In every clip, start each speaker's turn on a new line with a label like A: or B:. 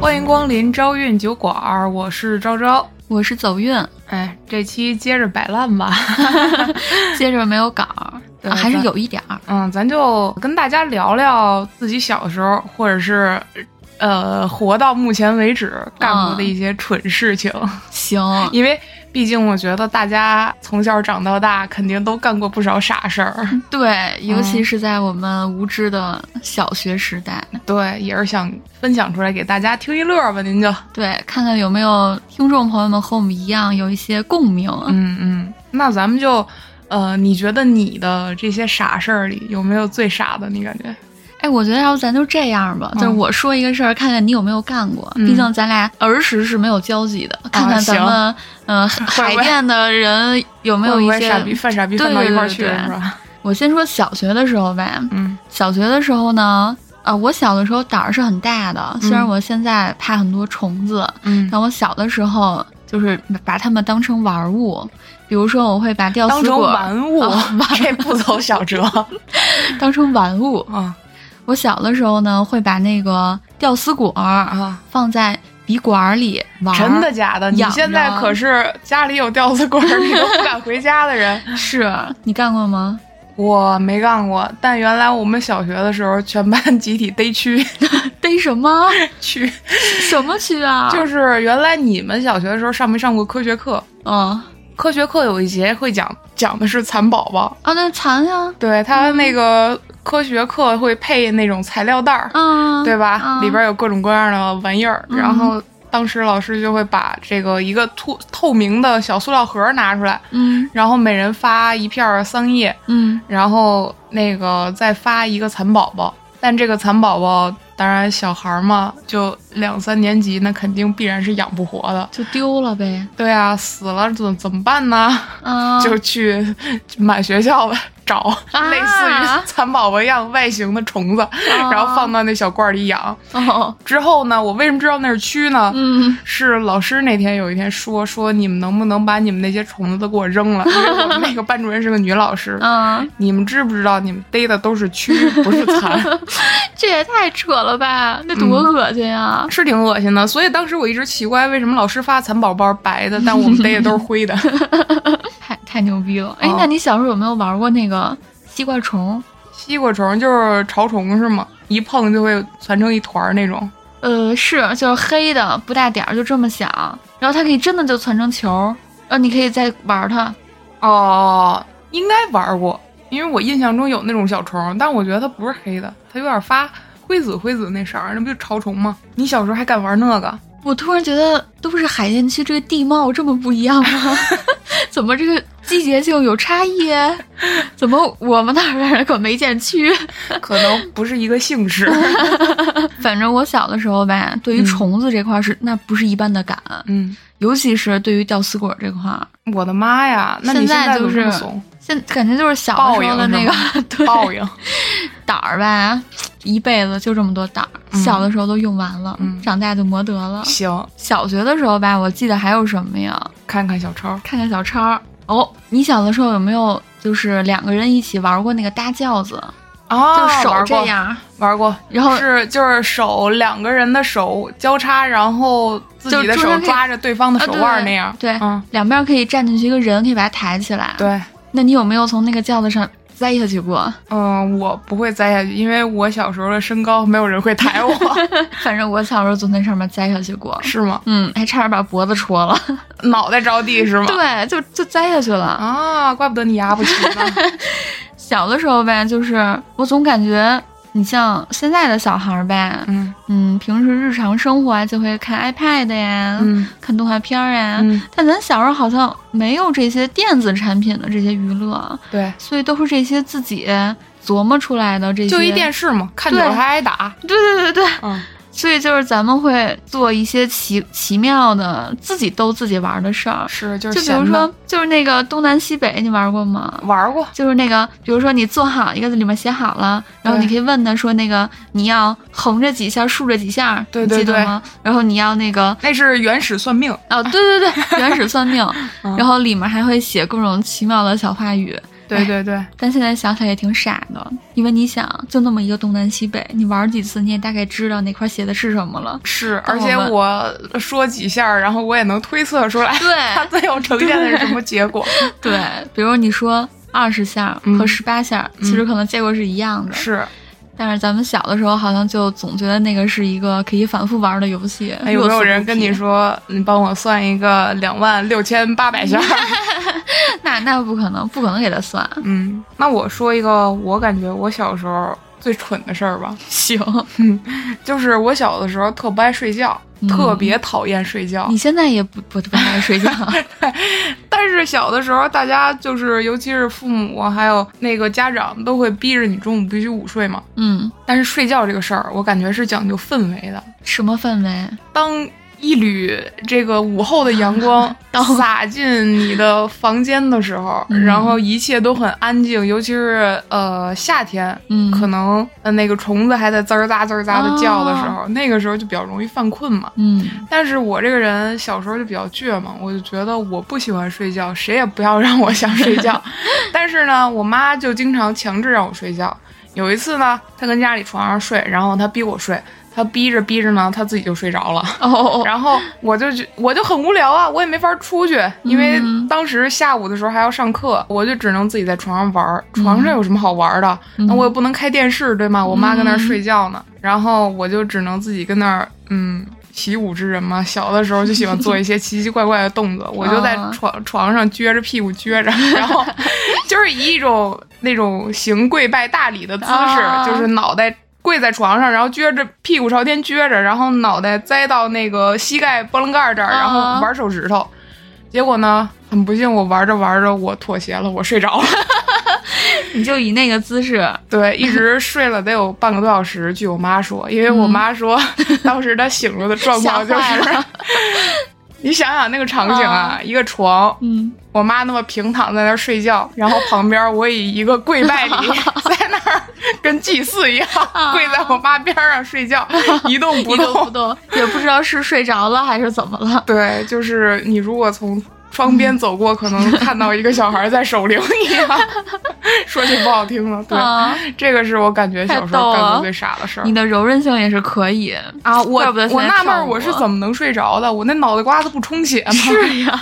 A: 欢迎光临招运酒馆儿，我是昭昭。
B: 我是 走运，
A: 哎，这期接着摆烂吧，
B: 接着没有稿儿，
A: 对
B: 啊还是
A: 咱
B: 有一点儿。
A: 嗯，咱就跟大家聊聊自己小时候，或者是呃，活到目前为止干过的一些蠢事情。
B: 行，
A: 因为毕竟我觉得大家从小长到大，肯定都干过不少傻事儿。
B: 嗯对，尤其是在我们无知的小学时代，
A: 对，也是想分享出来给大家听一乐儿吧。您就，
B: 对，看看有没有听众朋友们和我们一样有一些共鸣。
A: 嗯嗯，那咱们就。呃，你觉得你的这些傻事儿里有没有最傻的？你感觉？
B: 哎，我觉得要不咱就这样吧，
A: 嗯
B: 就是我说一个事儿，看看你有没有干过。
A: 嗯啊
B: 毕竟咱俩儿时是没有交集的，看看咱们嗯、呃海
A: 会
B: 淀的人有没有一
A: 会不会
B: 些。
A: 傻逼犯傻逼犯到一块儿去
B: 对对对
A: 是吧？
B: 我先说小学的时候呗，
A: 嗯
B: 小学的时候呢，呃，我小的时候胆儿是很大的，虽然
A: 嗯
B: 我现在怕很多虫子，
A: 嗯，
B: 但我小的时候就是把它们当成玩物，比如说我会把吊
A: 当
B: 死
A: 成
B: 鬼
A: 玩物
B: 啊，
A: 这不走小折
B: 当成玩物。
A: 啊
B: 我小的时候呢，会把那个吊死鬼儿
A: 啊！
B: 放在笔管儿里玩，
A: 真的假的？你
B: 养
A: 现在
B: 着
A: 可是家里有吊死鬼儿，你都不敢回家的 人。
B: 是你干过吗？
A: 我没干过，但原来我们小学的时候，全班 集体 逮蛆，
B: 逮什么
A: 蛆
B: 什么去啊？
A: 就是原来你们小学的时候上没上过科学课？
B: 嗯
A: 科学课有一节会讲讲的是蚕宝宝，
B: 啊，那蚕呀，
A: 对它
B: 嗯
A: 那个科学课会配那种材料袋儿，
B: 嗯，
A: 对吧？
B: 嗯
A: 里边有各种各样的玩意儿，
B: 嗯
A: 然后当时老师就会把这个一个透透明的小塑料盒拿出来，
B: 嗯
A: 然后每人发一片桑叶，
B: 嗯
A: 然后那个再发一个蚕宝宝。但这个蚕宝宝，当然小孩儿嘛，就两三年级，那肯定必然是养不活的。
B: 就丢了呗，
A: 对啊，死了怎怎么办呢？
B: 啊，
A: 就去满学校的找
B: 啊
A: 类似于蚕宝宝一样外形的虫子，然后放到那小罐儿里养。
B: 哦，
A: 之后呢，我为什么知道那是蛆呢？
B: 嗯，
A: 是老师那天有一天说说你们能不能把你们那些虫子都给我扔了？因为我们那个班主任是个女老师，
B: 啊，
A: 你们知不知道你们逮的都是蛆，不是蚕，
B: 这也太扯了吧！那多恶心啊呀！
A: 是挺恶心的。所以当时我一直奇怪，为什么老师发蚕宝宝白的，但我们逮的都是灰的？
B: 太太牛逼了！哎
A: 哦，
B: 那你小时候有没有玩过那个西瓜虫？
A: 西瓜虫就是潮虫是吗？一碰就会攒成一团儿那种。
B: 呃，是，就是黑的，不大点儿，就这么小，然后它可以真的就攒成球，然后你可以再玩它。
A: 哦，应该玩过，因为我印象中有那种小虫，但我觉得它不是黑的，它有点发灰紫灰紫那色儿，那不就潮虫吗？你小时候还敢玩那个？
B: 我突然觉得都是海淀区这个地貌这么不一样吗？ 怎么这个季节性有差 异？怎么我们那儿的人可没见区？
A: 可能不是一个姓氏。
B: 反正我小的时候吧，对于
A: 嗯
B: 虫子这块儿是、那不是一般的敢，
A: 嗯，
B: 尤其是对于吊死鬼这块儿，
A: 我的妈呀！那你
B: 现在
A: 在怎么
B: 就
A: 这么
B: 是
A: 怂，
B: 现感觉就是小的时候的那
A: 报
B: 个对
A: 报应。
B: 胆儿吧，一辈子就这么多胆儿，
A: 嗯
B: 小的时候都用完了，
A: 嗯
B: 长大就磨得了。
A: 行，
B: 小学的时候吧，我记得还有什么呀？
A: 看看小超。
B: 看看小超儿哦，你小的时候有没有就是两个人一起玩过那个搭轿子，
A: 哦，
B: 就手
A: 玩
B: 这
A: 过，
B: 样，
A: 玩过。
B: 然后
A: 是就是手两个人的手交叉，然后自己的
B: 就中
A: 手
B: 间可以
A: 抓着对方的
B: 啊
A: 手
B: 对
A: 腕儿那样。
B: 对
A: 嗯，
B: 两边可以站进去一个人，可以把它抬起来。，
A: 对。
B: 那你有没有从那个轿子上栽下去过？
A: 嗯，我不会栽下去，因为我小时候的身高没有人会抬 我，
B: 反正我小时候从那上面栽下去过，
A: 是吗？
B: 嗯，还差点把脖子戳了。
A: 脑袋着地是吗？
B: 对，就就栽下去了。
A: 啊，怪不得你压不起 呢。
B: 小的时候呗，就是我总感觉你像现在的小孩儿呗，
A: 嗯
B: 嗯，平时日常生活啊就会看 iPad 呀，
A: 嗯
B: 看动画片儿呀。
A: 嗯，
B: 但咱小时候好像没有这些电子产品的这些娱乐，
A: 嗯对，
B: 所以都是这些自己琢磨出来的这些。
A: 就一电视嘛，看久了
B: 对啊
A: 还挨打。
B: 对对对对，
A: 嗯
B: 所以就是咱们会做一些奇奇妙的自己逗自己玩儿的事儿，
A: 是，就
B: 就是比
A: 闲
B: 如
A: 的
B: 说就是那个东南西北，你玩过吗？
A: 玩过，
B: 就是那个，比如说你做好一个，里面写好了，然后
A: 对
B: 你可以问他说那个你要横着几下，竖着几下，
A: 对
B: 你
A: 对
B: 记得
A: 对
B: 吗？然后你要那个
A: 那是原始算命。
B: 哦，对对对，原始算命
A: 嗯，
B: 然后里面还会写各种奇妙的小话语，
A: 对对哎对，
B: 但现在想想也挺傻的，因为你想，就那么一个东南西北，你玩几次你也大概知道哪块写的是什么了。
A: 是，
B: 但
A: 而且
B: 我们
A: 我说几下儿，然后我也能推测出 来，
B: 对
A: 它最后呈现的是什么结果。
B: 对，比如你说二十下
A: 嗯
B: 和十八下，其实可能结果是一样的，
A: 是，
B: 但是咱们小的时候好像就总觉得那个是一个可以反复玩的游戏。
A: 哎有没
B: 乐此
A: 有
B: 不
A: 人跟
B: 疲
A: 你？说，你帮我算一个两万六千八百下儿？
B: 那那不可能，不可能给 他算。
A: 嗯，那我说一个，我感觉我小时候最蠢的事儿吧，
B: 行，
A: 就是我小的时候特不爱睡觉，
B: 嗯
A: 特别讨厌睡觉。
B: 你现在也不不不爱睡觉，
A: 但是小的时候，大家就是尤其是父母还有那个家长都会逼着你中午必须午睡嘛。
B: 嗯，
A: 但是睡觉这个事儿，我感觉是讲究氛围的。
B: 什么氛围？
A: 当一缕这个午后的阳 光
B: 到
A: 洒进你的房间的时候，
B: 嗯
A: 然后一切都很安静，尤其是呃夏天，
B: 嗯
A: 可能呃那个虫子还在滋儿喳滋儿喳的叫的时
B: 哦
A: 候，那个时候就比较容易犯困嘛。
B: 嗯，
A: 但是我这个人小时候就比较倔嘛，我就觉得我不喜欢睡觉，谁也不要让我想睡 觉。但是呢，我妈就经常强制让我睡觉。有一次呢，她跟家里床上睡，然后她逼我睡，她逼着逼着呢，她自己就睡着了。
B: 哦哦，
A: 然后我就觉我就很无聊啊，我也没法出去，因为
B: 嗯
A: 当时下午的时候还要上课，我就只能自己在床上玩儿。床上有什么好玩儿的？
B: 嗯
A: 那我也不能开电视，对吗？我妈跟那儿睡觉呢，然后我就只能自己跟那儿，嗯。习武之人嘛，小的时候就喜欢做一些奇奇怪怪的动作，我就在
B: 啊
A: 床床上撅着屁股撅着，然后 就是以一种那种行跪拜大礼的姿势，
B: 啊
A: 就是脑袋跪在床上，然后撅着屁股朝天撅着，然后脑袋栽到那个膝盖波棱盖儿这儿，
B: 啊
A: 然后玩手指头。结果呢，很不幸，我玩着玩着我妥协了，我睡 着了。
B: 你就以那个姿势，
A: 对，一直睡了得有半个多小时。据我妈说，因为我妈说，当时她醒了的状况就
B: 嗯吓坏
A: 是
B: 了，
A: 你想想那个场景啊，一个床，
B: 嗯，
A: 我妈那么平躺在那儿睡觉，然后旁边我以一个跪拜 礼在那儿跟祭祀一样跪在我妈边上睡觉，一动不
B: 啊一动
A: 动
B: 不。动，也不知道是睡着了还是怎么了。
A: 对，就是你如果从窗边走过，可能看到一个小孩在守灵一样。 说句不好听了， 对，
B: 啊，
A: 这个是我感觉小时候
B: 太逗
A: 干
B: 了
A: 过最傻的事儿
B: 你。的柔韧性也是可以
A: 啊，我
B: 怪不得现
A: 我
B: 在
A: 纳闷
B: 跳
A: 儿
B: 舞
A: 我是怎么能睡着的？我那脑袋瓜子不充血吗？
B: 是呀，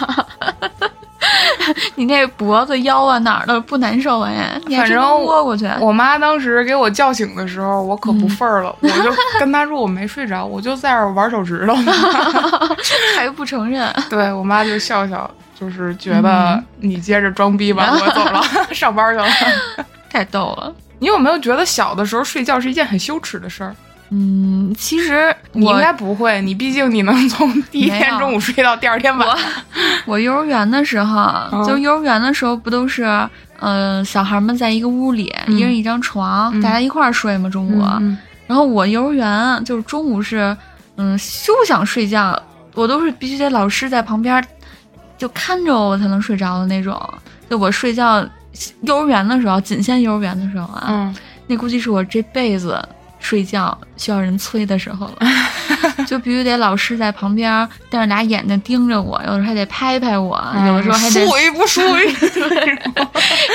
B: 你那脖子、腰啊哪儿的不难受哎？你还真
A: 反
B: 能
A: 正
B: 窝过去，
A: 我妈当时给我叫醒的时候，我可不
B: 嗯
A: 忿儿了，我就跟她说我没睡着，我就在这儿玩手指头 呢。
B: 还不承认。
A: 对我妈就笑笑，就是觉
B: 嗯
A: 得你接着装逼吧，我走 了，上班去了。
B: 太逗了。
A: 你有没有觉得小的时候睡觉是一件很羞耻的事儿？
B: 嗯，其实
A: 你应
B: 我
A: 该不会，你毕竟你能从第一
B: 没
A: 天
B: 有
A: 中午睡到第二天晚上。
B: 我幼儿园的时
A: 哦
B: 候，就幼儿园的时候不都是，嗯，小孩们在一个屋里，
A: 嗯
B: 一人一张床，
A: 嗯
B: 大家一块儿睡嘛，中午。
A: 嗯
B: 然后我幼儿园就是中午是，嗯，休想睡觉，我都是必须得老师在旁边儿就看着我才能睡着的那种。就我睡觉，幼儿园的时候，仅限幼儿园的时候啊，
A: 嗯，
B: 那估计是我这辈子睡觉需要人催的时候了， 就必须得老师在旁边儿，但是拿眼睛盯着我，有的时候还得拍拍我，
A: 哎
B: 有的时候还得
A: 属于嗯不属于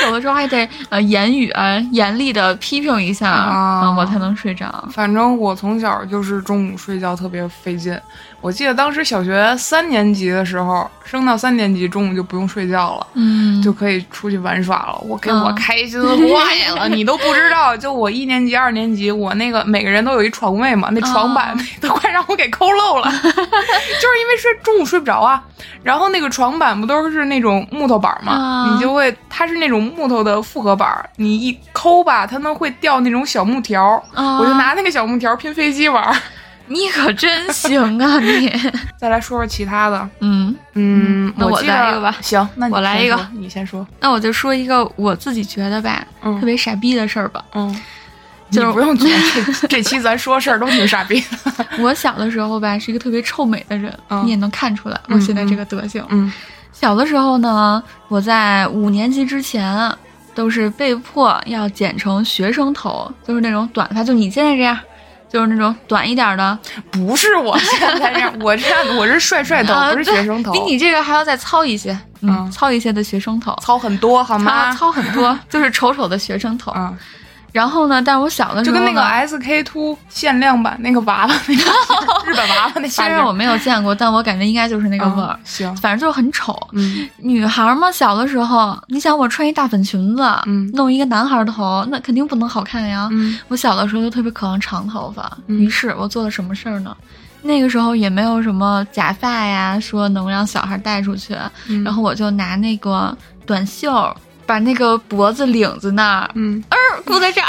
B: 有的时候还得呃言语啊严厉的批评一下，
A: 啊
B: 嗯，我才能睡着。
A: 反正我从小就是中午睡觉特别费劲。我记得当时小学三年级的时候，升到三年级中午就不用睡觉了。
B: 嗯，
A: 就可以出去玩耍了，我给
B: 嗯
A: 我开心坏了，你都不知道。就我一年级、二年级，我那个每个人都有一床位嘛，那床板 都快让我给抠漏了， 就是因为睡中午睡不着啊。然后那个床板不都是那种木头板嘛，
B: 啊
A: 你就会它是那种木头的复合板，你一抠吧，它能会掉那种小木条，
B: 啊
A: 我就拿那个小木条拼飞机玩 儿。
B: 你可真行啊你，
A: 再来说说其他的，
B: 嗯，
A: 嗯，
B: 那我
A: 记得
B: 来一个吧
A: 行，那你
B: 我来
A: 先
B: 一个
A: 说，你先说，
B: 那我就说一个我自己觉得吧，
A: 嗯
B: 特别傻逼的事儿吧。
A: 嗯。
B: 就是
A: 你不用觉得这 这期咱说事儿都挺傻逼 的。
B: 我小的时候吧，是一个特别臭美的人，
A: 嗯
B: 你也能看出来
A: 嗯
B: 我现在这个德行。
A: 嗯
B: 小的时候呢，我在五年级之前都是被迫要剪成学生头，就是那种短发，就你现在这样，就是那种短一点的，
A: 不是我现在这样，我这样我是帅帅头，
B: 啊
A: 哎不是学生头。
B: 比你这个还要再糙一些。嗯
A: 嗯
B: 糙一些的学生头，
A: 糙很多好
B: 他
A: 吗？
B: 糙很多，就是丑丑的学生头。
A: 啊，
B: 然后呢，但是我小的时
A: 就跟
B: 候呢
A: 那个哎 SK two 限量版那个娃娃那 个日本娃娃那
B: 虽
A: 发嗯
B: 然我没有见过，但我感觉应该就是那个味儿，
A: 行，
B: 反正就是很丑。
A: 嗯
B: 女孩嘛，小的时候，你想我穿一大粉裙子，
A: 嗯
B: 弄一个男孩头，那肯定不能好看呀。
A: 嗯
B: 我小的时候就特别渴望长头发，
A: 嗯
B: 于是我做了什么事儿呢？那个时候也没有什么假发呀，说能让小孩带出去，
A: 嗯，
B: 然后我就拿那个短袖，把那个脖子领子那儿
A: 嗯，
B: 箍在这儿，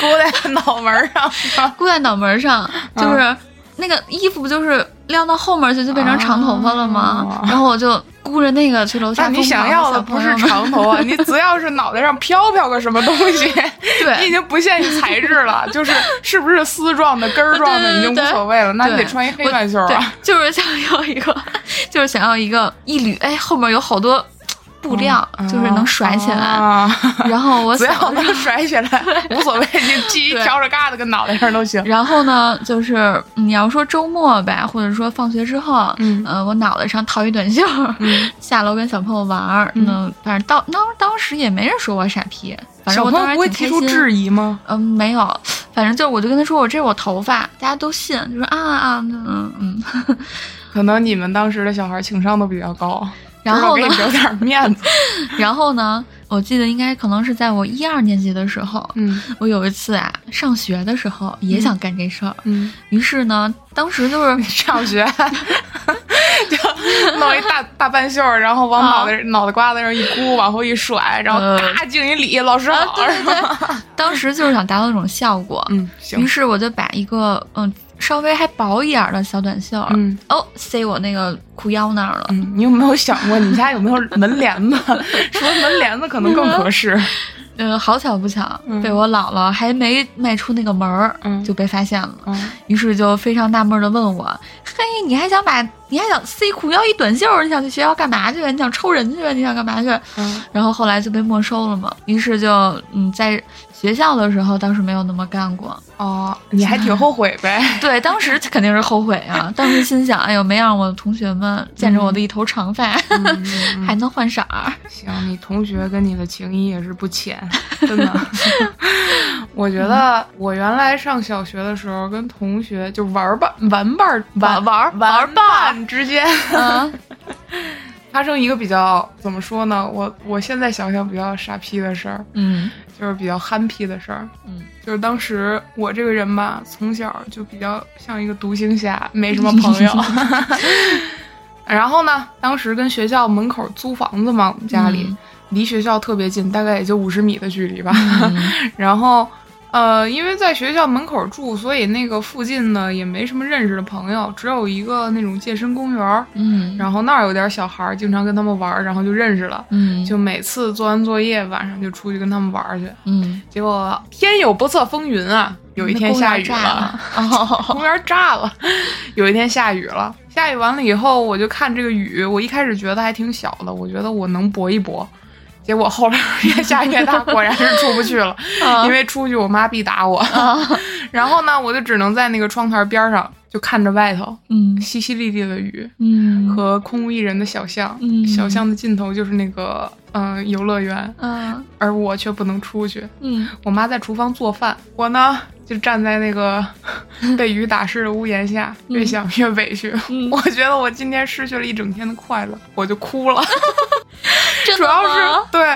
A: 勾在脑门儿上呢，
B: 箍在脑门
A: 啊
B: 上， 就是那个衣服不就是晾到后面去就变成长头发了吗
A: 哦？
B: 然后我就箍着那个去楼
A: 那
B: 下
A: 你
B: 疯狂
A: 想
B: 地
A: 要的
B: 小
A: 不
B: 朋
A: 是
B: 友们，
A: 长 头啊，你只要是脑袋上飘飘个什么东西，你 已
B: 对。
A: 经不限于材质了，就是是不是丝状的、根儿状的已经无所谓了。那你得穿一黑
B: 我
A: 短袖
B: 对
A: 啊。，
B: 就是想要一个，就是想要一个一缕，哎，后面有好多布料，就是能甩起来。
A: 嗯啊，
B: 然后我
A: 只
B: 小
A: 要
B: 的时
A: 能
B: 候，
A: 甩起来无所谓， 你系一
B: 对
A: 条着疙瘩跟脑袋上都行。
B: 然后呢，就是你要说周末呗，或者说放学之后，
A: 嗯
B: 呃，我脑袋上套一短袖，
A: 嗯
B: 下楼跟小朋友玩儿，
A: 嗯
B: 嗯，反正当当当时也没人说我傻逼，反正
A: 小
B: 我
A: 朋
B: 当
A: 友
B: 时
A: 不会提出质
B: 疑。
A: 疑吗？
B: 嗯，没有，反正就是我就跟他说我这是我头发，大家都信，就说啊啊，嗯嗯嗯。
A: 可能你们当时的小孩情商都比较高，
B: 然后
A: 知
B: 呢
A: 道给，你留点面 子。
B: 然后呢，我记得应该可能是在我一二年级的时候，
A: 嗯
B: 我有一次啊，上学的时候也想干这事儿，
A: 嗯，
B: 于是呢，当时就是
A: 上学 就弄一大大半袖儿，然后往脑袋、脑袋瓜子上一箍，往后一甩，然后
B: 呃
A: 嘎敬一礼，老师
B: 啊，
A: 好。
B: 对对对，当时就是想达到这种效果。
A: 嗯，
B: 于
A: 行，
B: 是我就把一个嗯稍微还薄一点儿的小短袖，
A: 嗯。
B: 哦塞我那个裤腰那儿了。
A: 嗯，你有没有想过你家有没有门帘子？说门帘子可能更合适。
B: 嗯、好巧不巧，
A: 嗯
B: 被我姥姥还没迈出那个门儿、
A: 嗯
B: 就被发现了，
A: 嗯，
B: 于是就非常纳闷的问我：“嘿，你还想把你还想塞裤腰一短袖儿？你想去学校干嘛去？啊你想抽人去？你想干嘛去？”
A: 嗯
B: 然后后来就被没收了嘛。于是就嗯，在学校的时候倒是没有那么干过，
A: 哦，你还挺后悔 呗？
B: 对，当时肯定是后悔 啊！当时心想，哎呦，没让我同学们见着我的一头长发，
A: 嗯
B: 还能换色儿。
A: 行，你同学跟你的情谊也是不 浅，真的。我觉得我原来上小学的时候，跟同学就玩儿伴、玩伴儿、玩
B: 玩儿玩儿
A: 玩伴之间
B: 嗯，
A: 发生一个比较怎么说呢？我我现在想想比较傻批的事儿，
B: 嗯
A: 就是比较憨批的事儿。
B: 嗯，
A: 就是当时我这个人吧，从小就比较像一个独行侠，没什么朋友。 然后呢，当时跟学校门口租房子嘛，我们家里、
B: 嗯
A: 离学校特别近，大概也就五十米的距离吧。 然后，呃，因为在学校门口住，所以那个附近呢也没什么认识的朋友，只有一个那种健身公园儿，
B: 嗯
A: 然后那儿有点小孩儿，经常跟他们玩儿，然后就认识了。
B: 嗯
A: 就每次做完作业，晚上就出去跟他们玩儿去。
B: 嗯，
A: 结果天有不测风云啊，有一天下雨了，
B: 那公园炸了。 哦，
A: 公园炸了。有一天下雨了，下雨完了以后，我就看这个雨，我一开始觉得还挺小的，我觉得我能搏一搏。结果后来越下越大，果然是出不去 了，
B: 啊
A: 因为出去我妈必打我。 然后呢，我就只能在那个窗台边上就看着外头
B: 嗯
A: 淅淅沥沥的雨
B: 嗯
A: 和空无一人的小巷，
B: 嗯
A: 小巷的尽头就是那个嗯、呃游乐园，
B: 嗯
A: 而我却不能出去。
B: 嗯
A: 我妈在厨房做饭，我呢就站在那 个被雨打湿的屋檐下，越想越委屈。
B: 嗯
A: 我觉得我今天失去了一整天的快乐，我就哭了。
B: 真
A: 主
B: 的
A: 要
B: 吗
A: 是对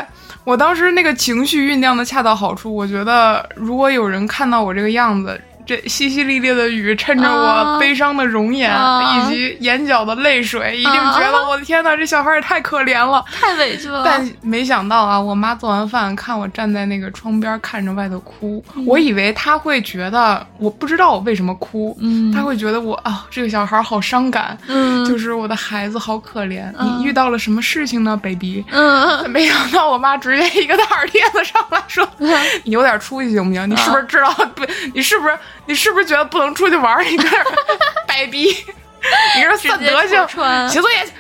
A: 我当时那个情绪酝酿的恰到好处，我觉得如果有人看到我这个样子。这淅淅沥沥的雨，衬着我
B: 啊
A: 悲伤的容颜、
B: 啊
A: 以及眼角的泪水，一定
B: 啊
A: 觉得我的天哪，这小孩也太可怜了。
B: 太委屈了。
A: 但没想到啊，我妈做完饭看我站在那个窗边看着外头哭，
B: 嗯
A: 我以为她会觉得我不知道我为什么哭，
B: 嗯，
A: 她会觉得我啊这个小孩好伤感，
B: 嗯
A: 就是我的孩子好可怜，
B: 嗯
A: 你遇到了什么事情呢，baby？
B: 嗯
A: 没想到我妈直接一个大耳贴子上来说：“你有点出息行不行？你是
B: 嗯
A: 不是知道不？你是不是你是不是觉得不能出去玩儿？你 跟那儿掰逼，你说
B: 直
A: 算
B: 接
A: 德性
B: 戳，穿
A: 写作业去。”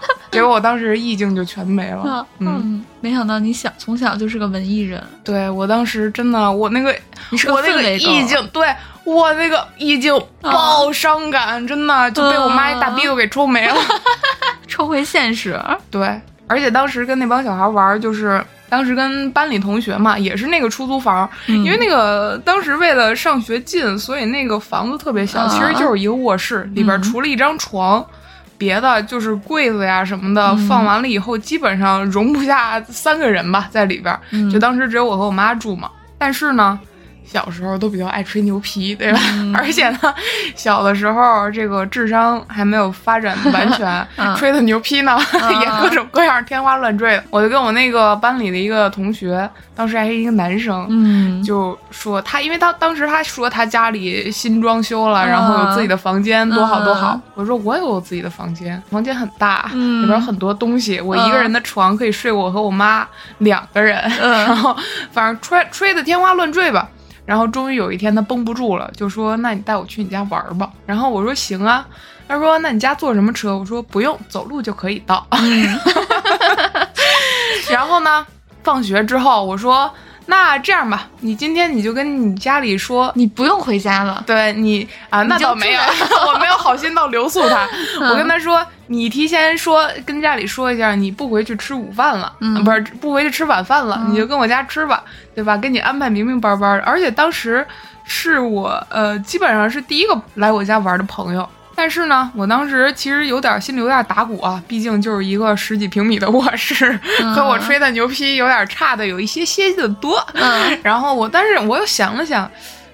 A: 结果我当时意境就全没了。嗯，
B: 嗯，没想到你小从小就是个文艺人，
A: 对我当时真的，我那个
B: 你是个
A: 我那
B: 氛
A: 个
B: 围啊嗯狗
A: 意境，对我那个意境爆伤感，真的就被我妈一大
B: 嗯
A: 逼斗给抽没了。
B: 重回现实。
A: 对，而且当时跟那帮小孩玩儿，就是当时跟班里同学嘛，也是那个出租房，
B: 嗯
A: 因为那个当时为了上学近，所以那个房子特别小，
B: 啊
A: 其实就是一个卧室，里
B: 嗯
A: 边除了一张床。别的就是柜子呀什么的，
B: 嗯
A: 放完了以后基本上容不下三个人吧，在里边。
B: 嗯
A: 就当时只有我和我妈住嘛。但是呢，小时候都比较爱吹牛皮，对吧？
B: 嗯
A: 而且呢，小的时候这个智商还没有发展完全，
B: 嗯
A: 吹的牛皮呢、 也各种各样天花乱坠的。我就跟我那个班里的一个同学，当时还是一个男生。
B: 嗯，
A: 就说他，因为他当时他说他家里新装修了，
B: 嗯
A: 然后有自己的房间，多好多好
B: 嗯。
A: 我说我也有自己的房间，房间很大，
B: 嗯
A: 里边有很多东西。我一个
B: 嗯
A: 人的床可以睡我和我妈两个人，
B: 嗯
A: 然后反正吹吹的天花乱坠吧。然后终于有一天他绷不住了，就说：“那你带我去你家玩吧。”然后我说：“行啊。”他说：“那你家坐什么车？”我说：“不用，走路就可以 到。然后呢，放学之后我说：“那这样吧，你今天你就跟你家里说，
B: 你不用回家了。
A: 对你啊，那
B: 就
A: 倒没有，
B: 住
A: 我没有好心到留宿他。
B: 嗯
A: 我跟他说，你提前说跟家里说一下，你不回去吃午饭了，
B: 嗯
A: 不是不回去吃晚饭了，
B: 嗯
A: 你就跟我家吃吧，对吧？给你安排明明白白的。而且当时是我呃，基本上是第一个来我家玩的朋友。但是呢，我当时其实有点心里有点打鼓啊，毕竟就是一个十几平米的卧室，
B: 嗯
A: 和我吹的牛皮有点差的有一些些的多。
B: 嗯
A: 然后我，但是我又想了想，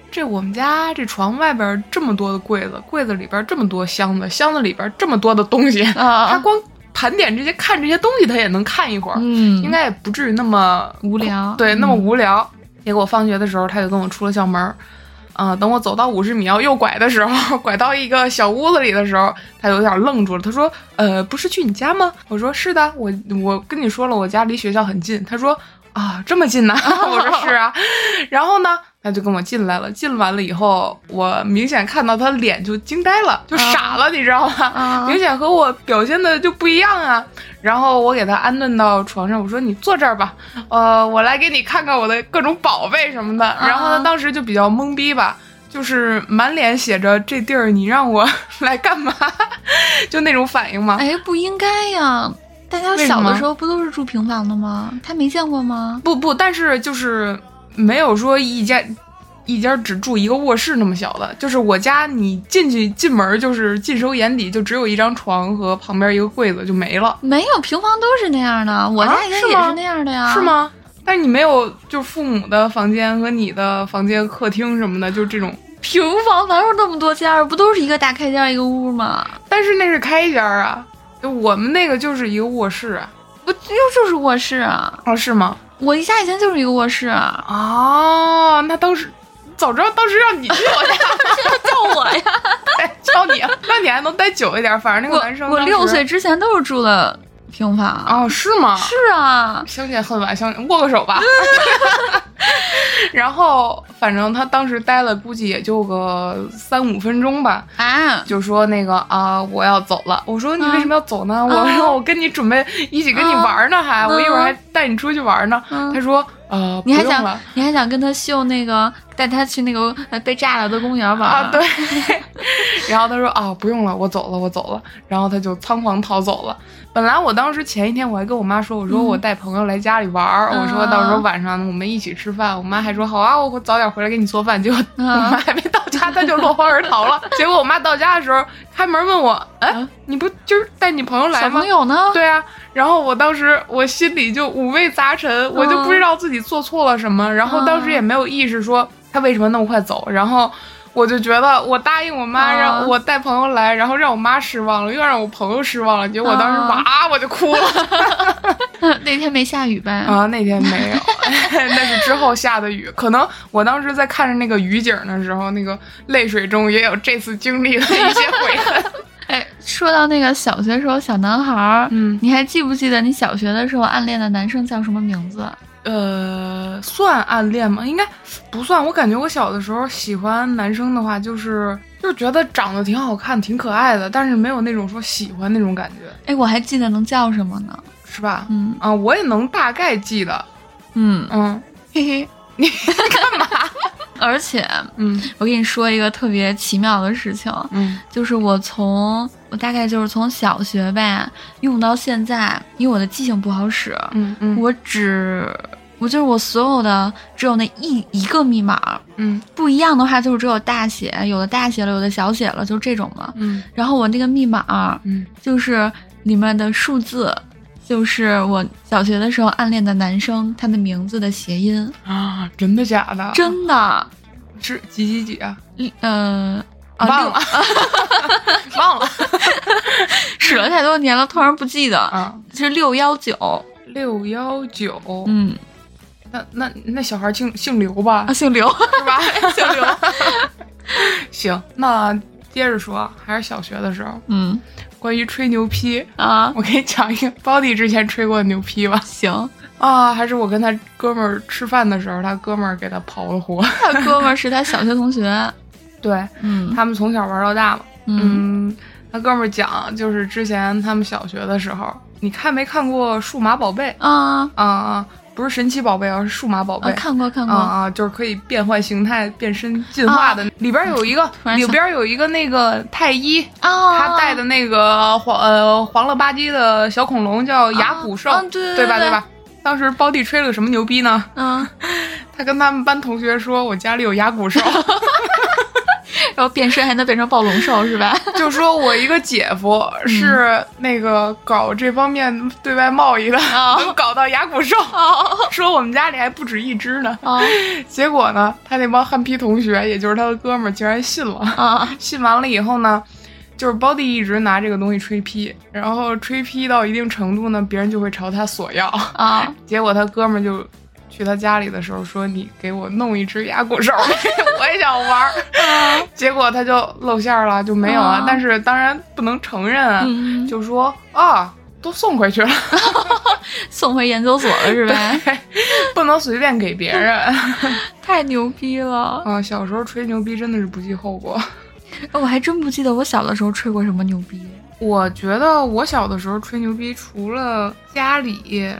A: 这我们家这床外边这么多的柜子，柜子里边这么多箱子，箱子里边这么多的东西，他
B: 啊，
A: 光盘点这些看这些东西，他也能看一会儿，
B: 嗯，
A: 应该也不至于那么
B: 无聊
A: 对，
B: 嗯
A: 那么无聊。结果放学的时候，他就跟我出了校门儿。啊、等我走到五十米要右拐的时候， 拐到一个小屋子里的时候，他有点愣住了。他说：“呃，不是去你家吗？”我说：“是的，我我跟你说了，我家离学校很近。”他说：“啊，这么近 呢？”我说：“是啊。”然后呢，他就跟我进来了。进完了以后，我明显看到他脸就惊呆了，就傻了，你知道吗？
B: 啊
A: 明显和我表现的就不一样啊。然后我给他安顿到床上，我说你坐这儿吧，呃，我来给你看看我的各种宝贝什么的。然后
B: 啊
A: 他当时就比较懵逼吧，就是满脸写着这地儿你让我 来干嘛，就那种反应嘛。
B: 哎，不应该呀！大家
A: 为什
B: 小的
A: 么
B: 时候不都是住平房的吗？他没见过吗？
A: 不不，但是就是没有说一家。一家只住一个卧室那么小的，就是我家，你进去进门就是尽收眼底，就只有一张床和旁边一个柜子就没了。
B: 没有，平房都是那样的。我
A: 啊
B: 家应该
A: 是
B: 也
A: 吗
B: 是那样的呀，
A: 是？吗？但是你没有，就是父母的房间和你的房间、客厅什么的，就是这种。
B: 平房哪有那么多间儿？不都是一个大开间儿一个屋吗？
A: 但是那是开间儿啊，就我们那个就是一个卧室啊。
B: 不，又就是卧室啊！
A: 哦，是吗？
B: 我一家以前就是一个卧室啊，
A: 哦，那当时早知道当时让你去我家
B: 叫我呀！
A: 哎叫你，那你还能待久一点。反正那个男 生
B: 我我
A: 当时
B: 六岁之前都是住的平房。
A: 哦，是吗？
B: 是啊，
A: 相见恨晚，相见握个手 吧。然后，反正他当时待了，估计也就个三五分钟吧。
B: 啊，
A: 就说那个啊，我要走了。我说你为什么要走
B: 啊
A: 呢？我说我跟你准备一起跟你玩呢，还、
B: 嗯
A: 我一会儿还带你出去玩呢。
B: 嗯
A: 他说呃，
B: 你还
A: 不用
B: 想
A: 了
B: 你还想跟他秀那个，带他去那个呃被炸了的公园玩
A: 啊，对。 然后他说啊，不用了，我走了，我走了。然后他就仓皇逃走了。本来我当时前一天我还跟我妈说，我说
B: 嗯
A: 我带朋友来家里玩儿，
B: 嗯
A: 我说到时候晚上我们一起吃饭。我妈还说好啊，我早点回来给你做饭。结果 我
B: 嗯
A: 妈还没到家，她就落荒而逃了。结果我妈到家的时候开门问我，哎
B: 嗯，
A: 你不今儿带你朋友来
B: 小
A: 吗
B: 朋？友呢？
A: 对啊，然后我当时我心里就五味杂陈，我就不知道自己做错了什么，然后当时也没有意识说他为什么那么快走，然后。我就觉得我答应我妈
B: 嗯
A: 让我带朋友来，然后让我妈失望了，又让我朋友失望了，结果我当时
B: 嗯
A: 哇、我就哭了
B: 那天没下雨呗？
A: 啊！那天没有， 那是之后下的雨，可能我当时在看着那个雨景的时候，那个泪水中也有这次经历的一些悔恨。
B: 哎，说到那个小学时候小男孩儿，
A: 嗯，
B: 你还记不记得你小学的时候暗恋的男生叫什么名字？
A: 呃，算暗恋吗？应该不算。我感觉我小的时候喜欢男生的话，就是就是就觉得长得挺好看、挺可爱的，但是没有那种说喜欢那种感觉，
B: 哎，我还记得能叫什么呢？
A: 是吧？
B: 嗯
A: 啊，我也能大概记得，
B: 嗯，
A: 嗯
B: 嘿嘿。而且
A: 嗯
B: 我跟你说一个特别奇妙的事情，
A: 嗯
B: 就是我从我大概就是从小学呗用到现在，因为我的记性不好使，
A: 嗯嗯，
B: 我只我就是我所有的只有那一一个密码
A: 嗯
B: 不一样的话，就是只有大写，有的大写了，有的小写了，就这种了。
A: 嗯
B: 然后我那个密码
A: 嗯
B: 就是里面的数字，就是我小学的时候暗恋的男生他的名字的谐音，
A: 啊，真的假的？
B: 真的，
A: 是几几几啊？
B: 呃。啊，
A: 忘
B: 六
A: 了，忘了
B: 使了太多年了，突然不记得，
A: 啊，
B: 是六幺九，
A: 六幺九，
B: 嗯，
A: 那那那小孩姓姓刘吧
B: 啊，？姓刘，
A: 是吧？ 姓刘。行，那接着说，还是小学的时候，
B: 嗯
A: 关于吹牛批，
B: 啊，
A: 我给你讲一个包弟之前吹过的牛批吧。
B: 行，
A: 啊，还是我跟他哥们儿吃饭的时候，他哥们儿给他刨了活。
B: 他哥们儿是他小学同学，
A: 对
B: 嗯
A: 他们从小玩到大嘛。
B: 嗯
A: 嗯，他哥们儿讲，就是之前他们小学的时候，你看没看过《数码宝贝》
B: 啊
A: 啊啊？不是神奇宝贝啊，是数码宝贝。
B: 啊，看过看
A: 啊
B: 过，
A: 啊，就是可以变换形态、变身、进化的。里边有一个，
B: 啊然
A: 里
B: 想
A: 边有一个那个太医，
B: 啊，
A: 他带的那个黄呃黄了吧唧的小恐龙叫牙骨兽，
B: 啊啊对对
A: 对吧？
B: 对
A: 对吧？当时包弟吹了个什么牛逼呢？
B: 嗯，
A: 他跟他们班同学说：“我家里有牙 骨兽。
B: 然后变身还能变成暴龙兽是吧？”
A: 就说我一个姐夫
B: 嗯
A: 是那个搞这方面对外贸易的，
B: 哦
A: 能 搞到牙骨兽。说我们家里还不止一只呢。
B: 啊
A: 结果呢，他那帮憨批同学，也就是他的哥们儿，竟然信了。
B: 啊
A: 信完了以后呢，就是包弟一直拿这个东西吹批，然后吹批到一定程度呢，别人就会朝他索要。
B: 啊！
A: 结果他哥们儿就去他家里的时候说：“你给我弄一只牙骨兽， 我也想玩。”儿。” 结果他就露馅儿了，就没有啊。
B: 嗯啊
A: 但是当然不能承认啊，
B: 嗯，
A: 就说啊。都送回去了，
B: 送回研究所了是呗？
A: 不能随便给别人。
B: 太牛逼了！
A: 啊，小时候吹牛逼真的是不计后果。
B: 哎我还真不记得我小的时候吹过什么牛逼。
A: 我觉得我小的时候吹牛逼，除了家里，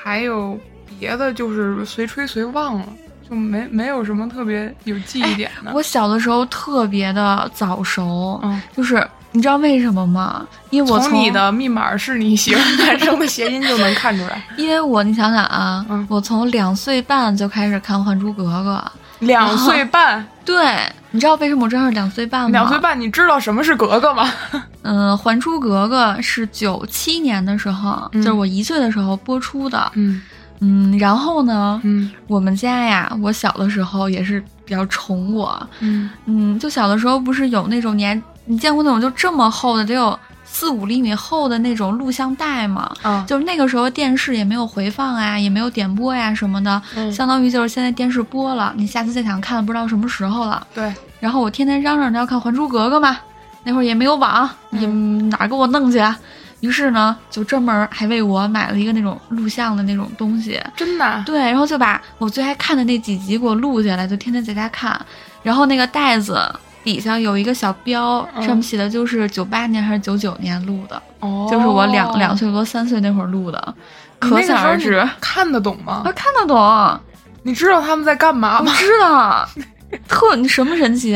A: 还有别的，就是随吹随忘了，就没没有什么特别有记忆点的。
B: 我小的时候特别的早熟，
A: 嗯，
B: 就是你知道为什么吗？因为我
A: 从你的密码是你喜欢男生的谐音就能看 出来。
B: 因为我你想想啊，
A: 嗯
B: 我从两岁半就开始看《还珠格格
A: 两岁半，》。
B: 对，你知道为什么我真是两岁半吗？
A: 两岁半，你知道什么是格格吗？
B: 嗯，《还珠格格》是九七年的时候，
A: 嗯
B: 就是我一岁的时候播出的。
A: 嗯
B: 嗯，然后呢，
A: 嗯
B: 我们家呀，我小的时候也是比较宠我。
A: 嗯
B: 嗯，就小的时候不是有那种你还你见过那种就这么厚的，得有四五厘米厚的那种录像带吗？
A: 啊，
B: 就是那个时候电视也没有回放啊，也没有点播呀、什么的，
A: 嗯
B: 相当于就是现在电视播了，你下次再想看不知道什么时候了。
A: 对，
B: 然后我天天嚷嚷着要看《还珠格格》嘛，那会儿也没有网，
A: 嗯
B: 也哪儿给我弄去啊？于是呢，就专门还为我买了一个那种录像的那种东西，
A: 真的啊，
B: 对，然后就把我最爱看的那几集给我录下来，就天天在家看。然后那个袋子底下有一个小标，
A: 嗯
B: 上面写的就是九八年还是九九年录的，
A: 哦，
B: 就是我两两岁多三岁那会儿录的，
A: 你
B: 可
A: 那个
B: 想
A: 时候
B: 而
A: 你
B: 知。
A: 看得懂吗
B: 我？看 得懂，
A: 你知道他们在干嘛
B: 我
A: 吗？
B: 知 道，特你什么神奇？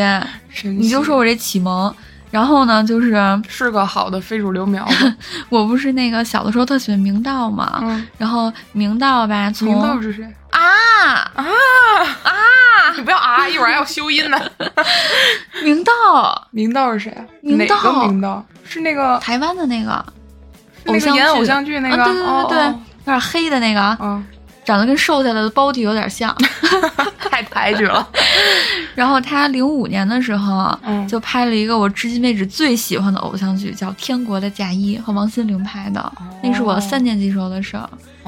A: 神
B: 你就
A: 奇
B: 说我这启蒙。然后呢，就是
A: 是个好的非主流苗 子。
B: 我不是那个小的时候特喜欢明道嘛，
A: 嗯，
B: 然后明道吧，从
A: 明道是谁？
B: 啊
A: 你不要啊，一会儿还要修音呢。
B: 明道，
A: 明道是谁啊？
B: 明道
A: 哪个明道？是那个
B: 台湾的那个
A: 是那个演偶像剧那个？
B: 啊，对对对对，有点黑的那个，啊，
A: 哦
B: 长得跟瘦下来的包弟有点像。
A: 哦哦 太抬举了。
B: 然后他零五年的时候
A: 嗯
B: 就拍了一个我至今为止最喜欢的偶像剧，叫《天国的嫁衣》，和王心凌拍
A: 哦
B: 的。那是我三年级时候的事儿，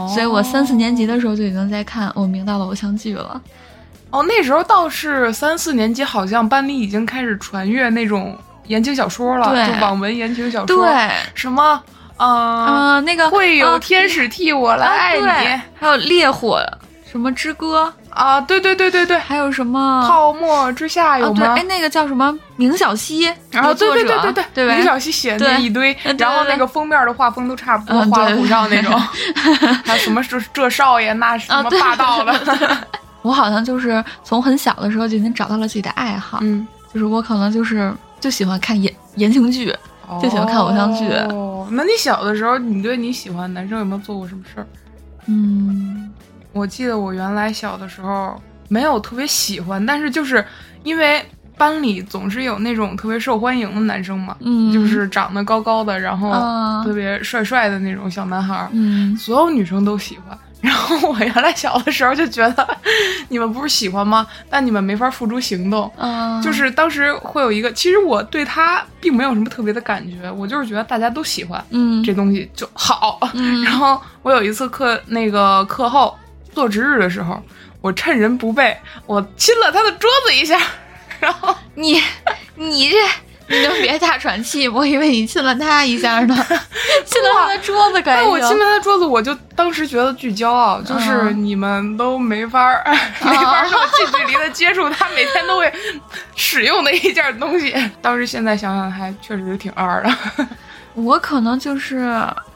B: 所以我三四年级的时候就已经在看我明道的偶像剧了。
A: 哦，那时候倒是三四年级，好像班里已经开始传阅那种言情小说了，
B: 对
A: 就网文言情小
B: 对
A: 说，，什么呃，
B: 呃，那个
A: 会有
B: 啊
A: 天使替我来爱
B: 啊对
A: 你，
B: 还有烈火什么之歌，
A: 啊，对对对对对，
B: 还有什么？
A: 泡沫之夏有
B: 啊，对，
A: 吗
B: 哎，？那个叫什么？明晓溪，
A: 然后对对对对
B: 对，
A: 对，
B: 吧
A: 李小溪写的那
B: 对
A: 一堆
B: 嗯，对
A: 然后
B: 对
A: 那
B: 对
A: 个封面的画风都差不多，
B: 嗯
A: 花里
B: 对
A: 胡哨那 种，还有什么这这少爷那什
B: 啊
A: 么
B: 对
A: 霸道 的，
B: 我好像就是从很小的时候就已经找到了自己的爱好，
A: 嗯，
B: 就是我可能就是就喜欢看言言情剧，就喜欢看偶像剧
A: 哦，那你小的时候，你对你喜欢的男生有没有做过什么事儿？
B: 嗯，
A: 我记得我原来小的时候没有特别喜欢，但是就是因为班里总是有那种特别受欢迎的男生嘛，
B: 嗯
A: 就是长得高高的，然后
B: 啊
A: 特，别帅帅的那种小男孩儿，
B: 嗯，
A: 所有女生都喜欢。 然后我原来小的时候就觉得， 你们不是喜欢吗？但你们没法付诸行动。
B: 啊，
A: 就是当时会有一个，其实我对他并没有什么特别的感觉，我就是觉得大家都喜欢
B: 嗯，
A: 这东西就好。
B: 嗯
A: 然后我有一次课那个课后做值日的时候，我趁人不备，我亲了他的桌子一下， 然后
B: 你你这。你就别大喘气，我以为你亲了他一 下呢，亲了他的桌子感
A: 但
B: 觉。
A: 我亲了他的桌子，我就当时觉得巨骄傲，就是你们都没法 儿、没法儿跟我近距离的接触他每天都会使用的一件东 西。当时现在想想还确实挺二的
B: 我可能就是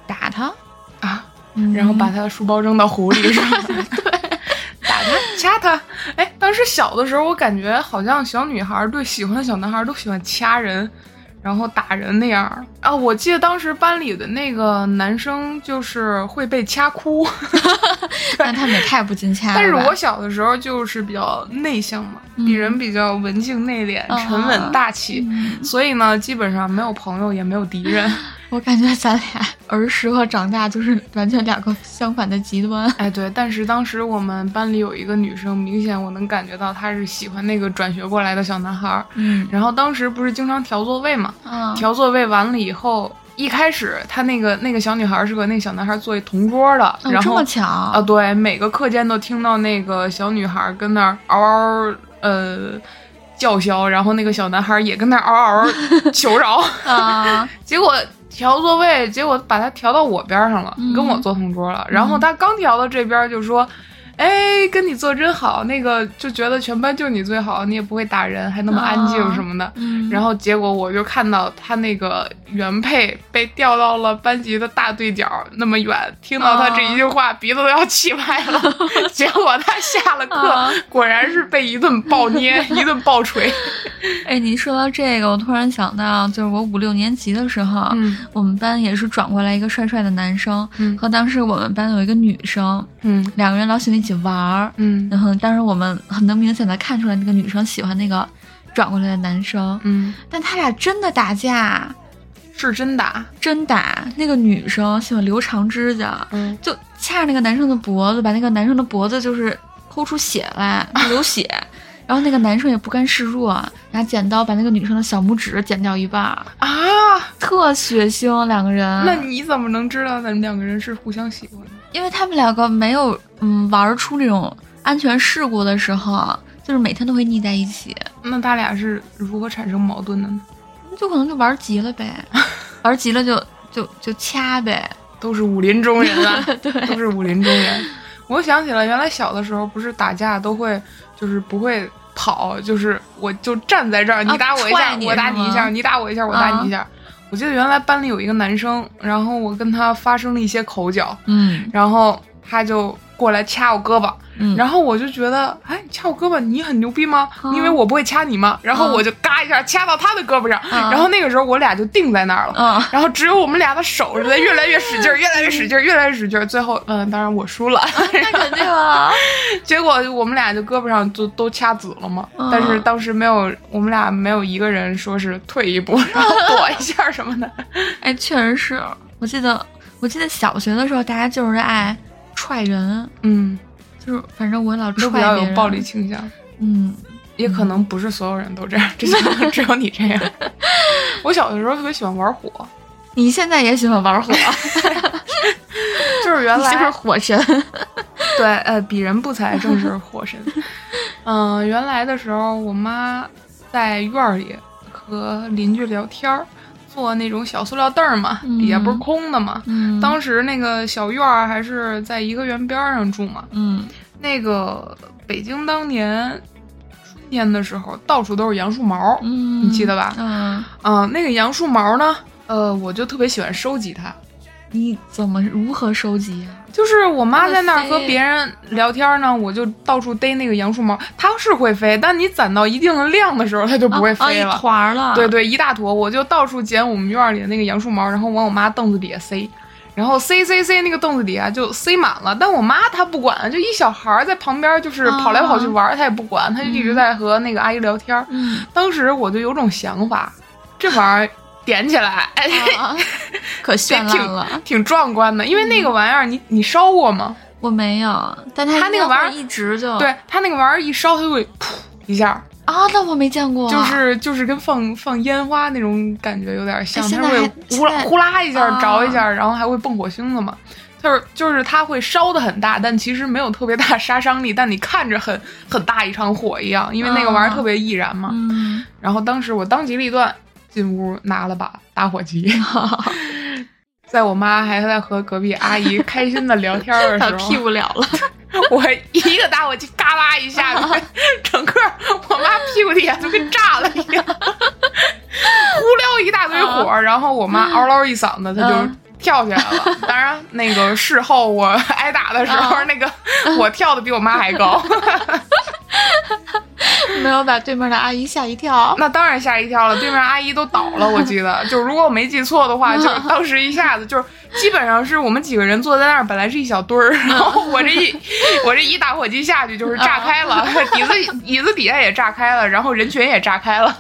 B: 打他，
A: 啊，
B: 嗯
A: 然后把他的书包扔到湖里，是吧？ 对。打他，掐他。哎，当时小的时候，我感觉好像小女孩对喜欢的小男孩都喜欢掐人，然后打人那样儿啊。我记得当时班里的那个男生就是会被掐哭，
B: 那他们也太不禁掐了吧。
A: 但是我小的时候就是比较内向嘛，
B: 嗯
A: 比人比较文静内敛、
B: 啊
A: 沉稳大气，
B: 嗯
A: 所以呢，基本上没有朋友，也没有敌人。
B: 我感觉咱俩儿时和长大就是完全两个相反的极端。
A: 哎，对，但是当时我们班里有一个女生，明显我能感觉到她是喜欢那个转学过来的小男孩儿。
B: 嗯
A: 然后当时不是经常调座位嘛，
B: 啊
A: 调座位完了以后，一开始她那个那个小女孩儿是和那个小男孩儿坐一同桌的，
B: 哦
A: 然
B: 这
A: 后
B: 么巧
A: 啊，对，每个课间都听到那个小女孩儿跟那儿嗷嗷呃叫嚣，然后那个小男孩儿也跟那儿嗷嗷 求饶，
B: 啊！
A: 结果调座位，结果把他调到我边儿上了，
B: 嗯
A: 跟我坐同桌了。然后他刚调到这边儿就说。哎，跟你坐真好，那个就觉得全班就你最好，你也不会打人，还那么安静
B: 啊
A: 什么的。
B: 嗯
A: 然后结果我就看到他那个原配被调到了班级的大对角那么远，听到他这一句话，鼻子都要气歪 了。结果他下了
B: 啊
A: 课， 果然是被一顿暴捏，一顿暴捶。
B: 哎，你说到这个，我突然想到，就是我五六年级的时候，
A: 嗯
B: 我们班也是转过来一个帅帅的男生，
A: 嗯
B: 和当时我们班有一个女生，
A: 嗯
B: 两个人老喜欢一起玩儿。
A: 嗯
B: 然后，当时我们很能明显的看出来，那个女生喜欢那个转过来的男生，
A: 嗯，
B: 但他俩真的打架，
A: 是真啊打。
B: 真打。那个女生喜欢留长指甲，
A: 嗯
B: 就掐着那个男生的脖子，把那个男生的脖子就是抠出血来，流血。 然后那个男生也不甘示弱，拿剪刀把那个女生的小拇指剪掉一半儿，
A: 啊，
B: 特血腥。两个人，
A: 那你怎么能知道咱们两个人是互相喜欢的？
B: 因为他们两个没有嗯玩出那种安全事故的时候，就是每天都会腻在一起，
A: 那他俩是如何产生矛盾的呢？
B: 就可能就玩急了呗， 玩急了就就就掐呗。
A: 都是武林中人 啊，都是武林中人。我想起了原来小的时候，不是打架都会就是不会跑，就是我就站在这儿，你打我一下，
B: 啊踹你
A: 我打你一
B: 是吗啊
A: 下，你打我一下，我打你一下。我记得原来班里有一个男生，然后我跟他发生了一些口角，
B: 嗯
A: 然后他就过来掐我胳膊，
B: 嗯，
A: 然后我就觉得，哎，掐我胳膊你很牛逼吗？
B: 嗯
A: 你以为我不会掐你吗？然
B: 啊
A: 后我就嘎一下掐到他的胳膊上，
B: 嗯
A: 然后那个时候我俩就定在那儿了。
B: 嗯
A: 然后只有我们俩的手是在越来越使劲儿，越来越使劲儿，越来越使劲儿。最后，嗯、当然我输了。
B: 那肯定啊，
A: 结果我们俩就胳膊上就都掐紫了嘛。
B: 嗯
A: 但是当时没有，我们俩没有一个人说是退一步，然后躲一下什么的。
B: 哎，确实是我记得，我记得小学的时候，大家就是爱踹人，
A: 嗯，
B: 就是反正我老
A: 都
B: 踹
A: 比较
B: 别
A: 有
B: 人
A: 暴力，倾向，
B: 嗯
A: 也可能不是所有人都这样，只有 只有你这样。我小的时候特别喜欢玩火，
B: 你现在也喜欢玩 火，
A: 就是原
B: 你就是
A: 来
B: 火神。
A: 对，呃，鄙人不才正是火 神。嗯、原来的时候，我妈在院儿里和邻居聊天儿，坐那种小塑料凳儿嘛，
B: 嗯
A: 底下不是空的嘛。
B: 嗯
A: 当时那个小院儿还是在颐和园边儿上住嘛，
B: 嗯
A: 那个北京当年春天的时候，到处都是杨树毛，
B: 嗯，
A: 你记得吧
B: 嗯，
A: 嗯、那个杨树毛呢，呃，我就特别喜欢收集它。
B: 你怎么如何收集啊呀、
A: 就是我妈在那儿和
B: 它会飞
A: 别人聊天呢，我就到处逮那个杨树毛。它是会飞，但你攒到一定的量的时候，它就
B: 啊？
A: 不会
B: 啊
A: 飞了。
B: 一团儿了。
A: 对，对，一大坨，我就到处捡我们院儿里的那个杨树毛，然后往我妈凳子底下塞，然后塞塞塞那个凳子底下就塞满了。但我妈她不管，就一小孩儿在旁边就是
B: 哦
A: 跑来跑去玩儿，她也不管，她就一直在和那个阿姨聊天儿。
B: 嗯，
A: 当时我就有种想法，这玩意儿点起来，哎，
B: 啊、可绚烂了。
A: 挺壮观的，因为
B: 嗯
A: 那个玩意儿你你烧过吗？
B: 我没有，但它
A: 它那个玩意儿
B: 应该会一直就
A: 对，它那个玩意儿一烧，它就会噗一下，
B: 啊，那我没见过，
A: 就是就是跟放放烟花那种感觉有点像，
B: 哎现
A: 它会
B: 在
A: 呼
B: 还
A: 啦
B: 现在
A: 呼啦一下
B: 啊
A: 着一下，然后还会蹦火星子嘛。就是就是它会烧的很大，但其实没有特别大杀伤力，但你看着很很大一场火一样，因为那个玩意儿
B: 啊
A: 特别易燃嘛。
B: 嗯，
A: 然后当时我当机立断进屋拿了把打火机，在我妈还在和隔壁阿姨开心的聊天的
B: 它
A: 时候，
B: 屁不了了，
A: 我一个打火机嘎巴一下子， 整个我妈屁股底下就跟炸了一样， 呼溜一大堆火，然后我妈嗷唠一嗓子，她就
B: 嗯
A: 跳起来了。当然，那个事后我挨打的时候，那个我跳的比我妈还高，
B: 没有把对面的阿姨吓一 跳。
A: 那当然吓一跳了。对面阿姨都倒了，我记得，就如果我没记错的话，
B: 嗯
A: 就是当时一下子就是基本上是我们几个人坐在那儿，本来是一小堆儿，然后我这一我这一打火机下去就是炸
B: 嗯
A: 开了，底子椅子底下也炸开了，然后人群也炸开了。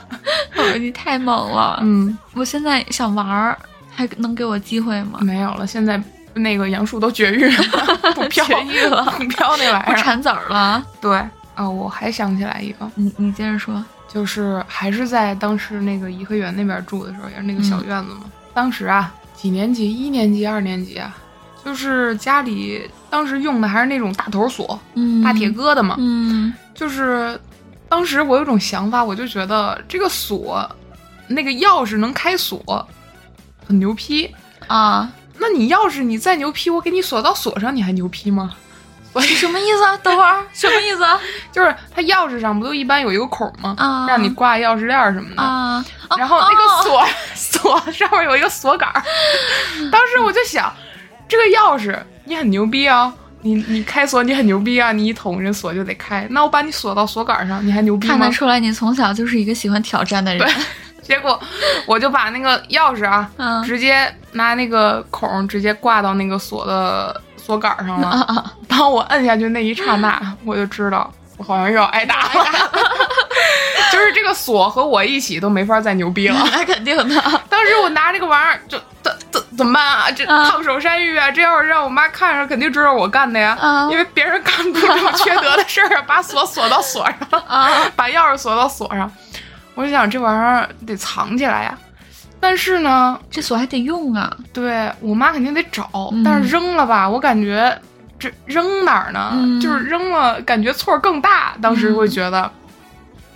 B: 哦你太猛了，
A: 嗯，
B: 我现在想玩儿，还能给我机会吗？
A: 没有了，现在那个杨树都绝育 了，不飘
B: 绝育了
A: 不飘那玩
B: 不
A: 意儿。
B: 产籽儿了？
A: 对啊、我还想起来一个，
B: 你你接着说，
A: 就是还是在当时那个颐和园那边住的时候，也是那个小
B: 嗯
A: 院子嘛。当时啊，几年级？一年级、二年级啊，就是家里当时用的还是那种大头锁、
B: 嗯，
A: 大铁，疙瘩嘛。
B: 嗯
A: 就是当时我有种想法，我就觉得这个锁，那个钥匙能开锁，很牛批。
B: 啊，
A: 那你钥匙你再牛批，我给你锁到锁上，你还牛批吗？所以
B: 什么意思啊？等会儿 什么意思啊？
A: 就是它钥匙上不都一般有一个孔吗？
B: 啊
A: 让你挂钥匙链儿什么的。
B: 啊，啊
A: 然后那个
B: 哦
A: 锁、 锁上面有一个锁杆儿，当时我就想，这个钥匙你很牛逼啊，你你开锁你很牛逼啊，你一捅人锁就得开，那我把你锁到锁杆儿上，你还牛逼
B: 看
A: 吗
B: 得？出来你从小就是一个喜欢挑战的人。
A: 结果我就把那个钥匙啊，
B: 嗯
A: 直接拿那个孔儿直接挂到那个锁的锁杆儿上
B: 啊
A: 了。
B: 啊，
A: 当我摁下去那一刹那，我就知道我好像又要挨打了， 就是这个锁和我一起都没法再牛逼了。
B: 那肯定的。
A: 当时我拿这个玩意儿，就怎怎怎么办啊？这
B: 啊
A: 烫手山芋啊！这要是让我妈看上，肯定知道我干的呀。
B: 啊
A: 因为别人干不出这么缺德的事儿，啊把锁锁到锁 上，
B: 啊
A: 把钥匙锁到锁上。我就想这玩意儿得藏起来呀。但是呢，
B: 这锁还得用啊，
A: 对我妈肯定得找，
B: 嗯
A: 但是扔了吧，我感觉这扔哪儿呢？
B: 嗯
A: 就是扔了，感觉错儿更大。当时会觉得，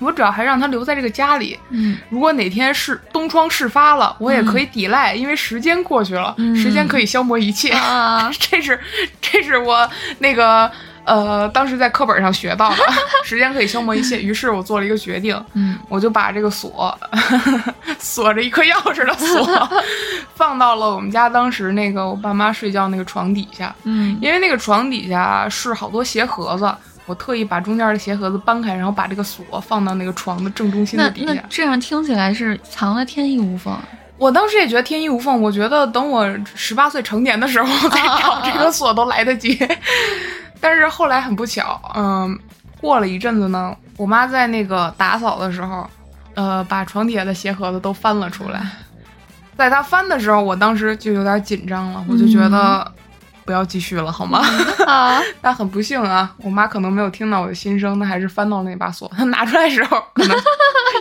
A: 我只要还让她留在这个家里，
B: 嗯，
A: 如果哪天是东窗事发了，我也可以抵赖，因为时间过去了，
B: 嗯
A: 时间可以消磨一切。
B: 啊，
A: 这是这是我那个呃，当时在课本上学到 的，时间可以消磨一切。于是我做了一个决定，
B: 嗯
A: 我就把这个锁 锁着一颗钥匙的 锁放到了我们家当时那个我爸妈睡觉那个床底下，
B: 嗯
A: 因为那个床底下是好多鞋盒子。我特意把中间的鞋盒子搬开，然后把这个锁放到那个床的正中心
B: 那
A: 的底下。
B: 那这样听起来是藏的天衣无缝。
A: 我当时也觉得天衣无缝，我觉得等我十八岁成年的时候再找这个锁都来得及。 但是后来很不巧，嗯，过了一阵子呢，我妈在那个打扫的时候，呃，把床底下的鞋盒子都翻了出来。在她翻的时候，我当时就有点紧张了，我就觉得不要继续了，好吗？
B: 啊，
A: 但很不幸啊，我妈可能没有听到我的心声，她还是翻到那把锁。她拿出来的时候，可能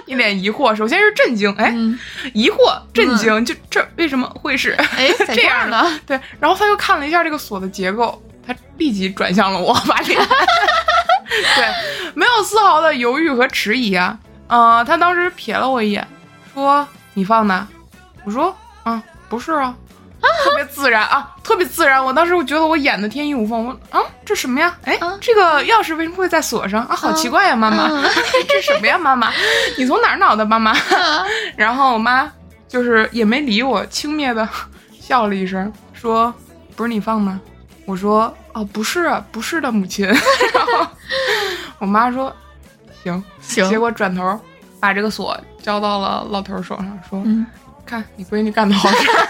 A: 一脸疑惑，首先是震惊，哎，
B: 嗯，
A: 疑惑、震惊，就这为什么会是
B: 哎，在
A: 这样
B: 儿呢？
A: 对？然后他又看了一下这个锁的结构，他立即转向了我，把脸， 对，没有丝毫的犹豫和迟疑啊。呃，他当时瞥了我一眼，说：“你放的？”我说：“啊，不是啊。”特别自然啊，特别自然。我当时我觉得我演的天衣无缝，我啊，这什么呀？哎
B: 啊，
A: 这个钥匙为什么会在锁上啊？好奇怪呀，妈妈
B: 啊，
A: 这什么呀，妈 妈？你从哪儿脑的，妈妈？
B: 嗯
A: 然后我妈就是也没理我，轻蔑的笑了一声，说：“不是你放的。”我说：“哦，不是，不是的， 母亲。”然后我妈说：“行。”
B: 行
A: 结果转头把这个锁交到了老头儿手上，说：“
B: 嗯
A: 看你闺女干的 好事儿。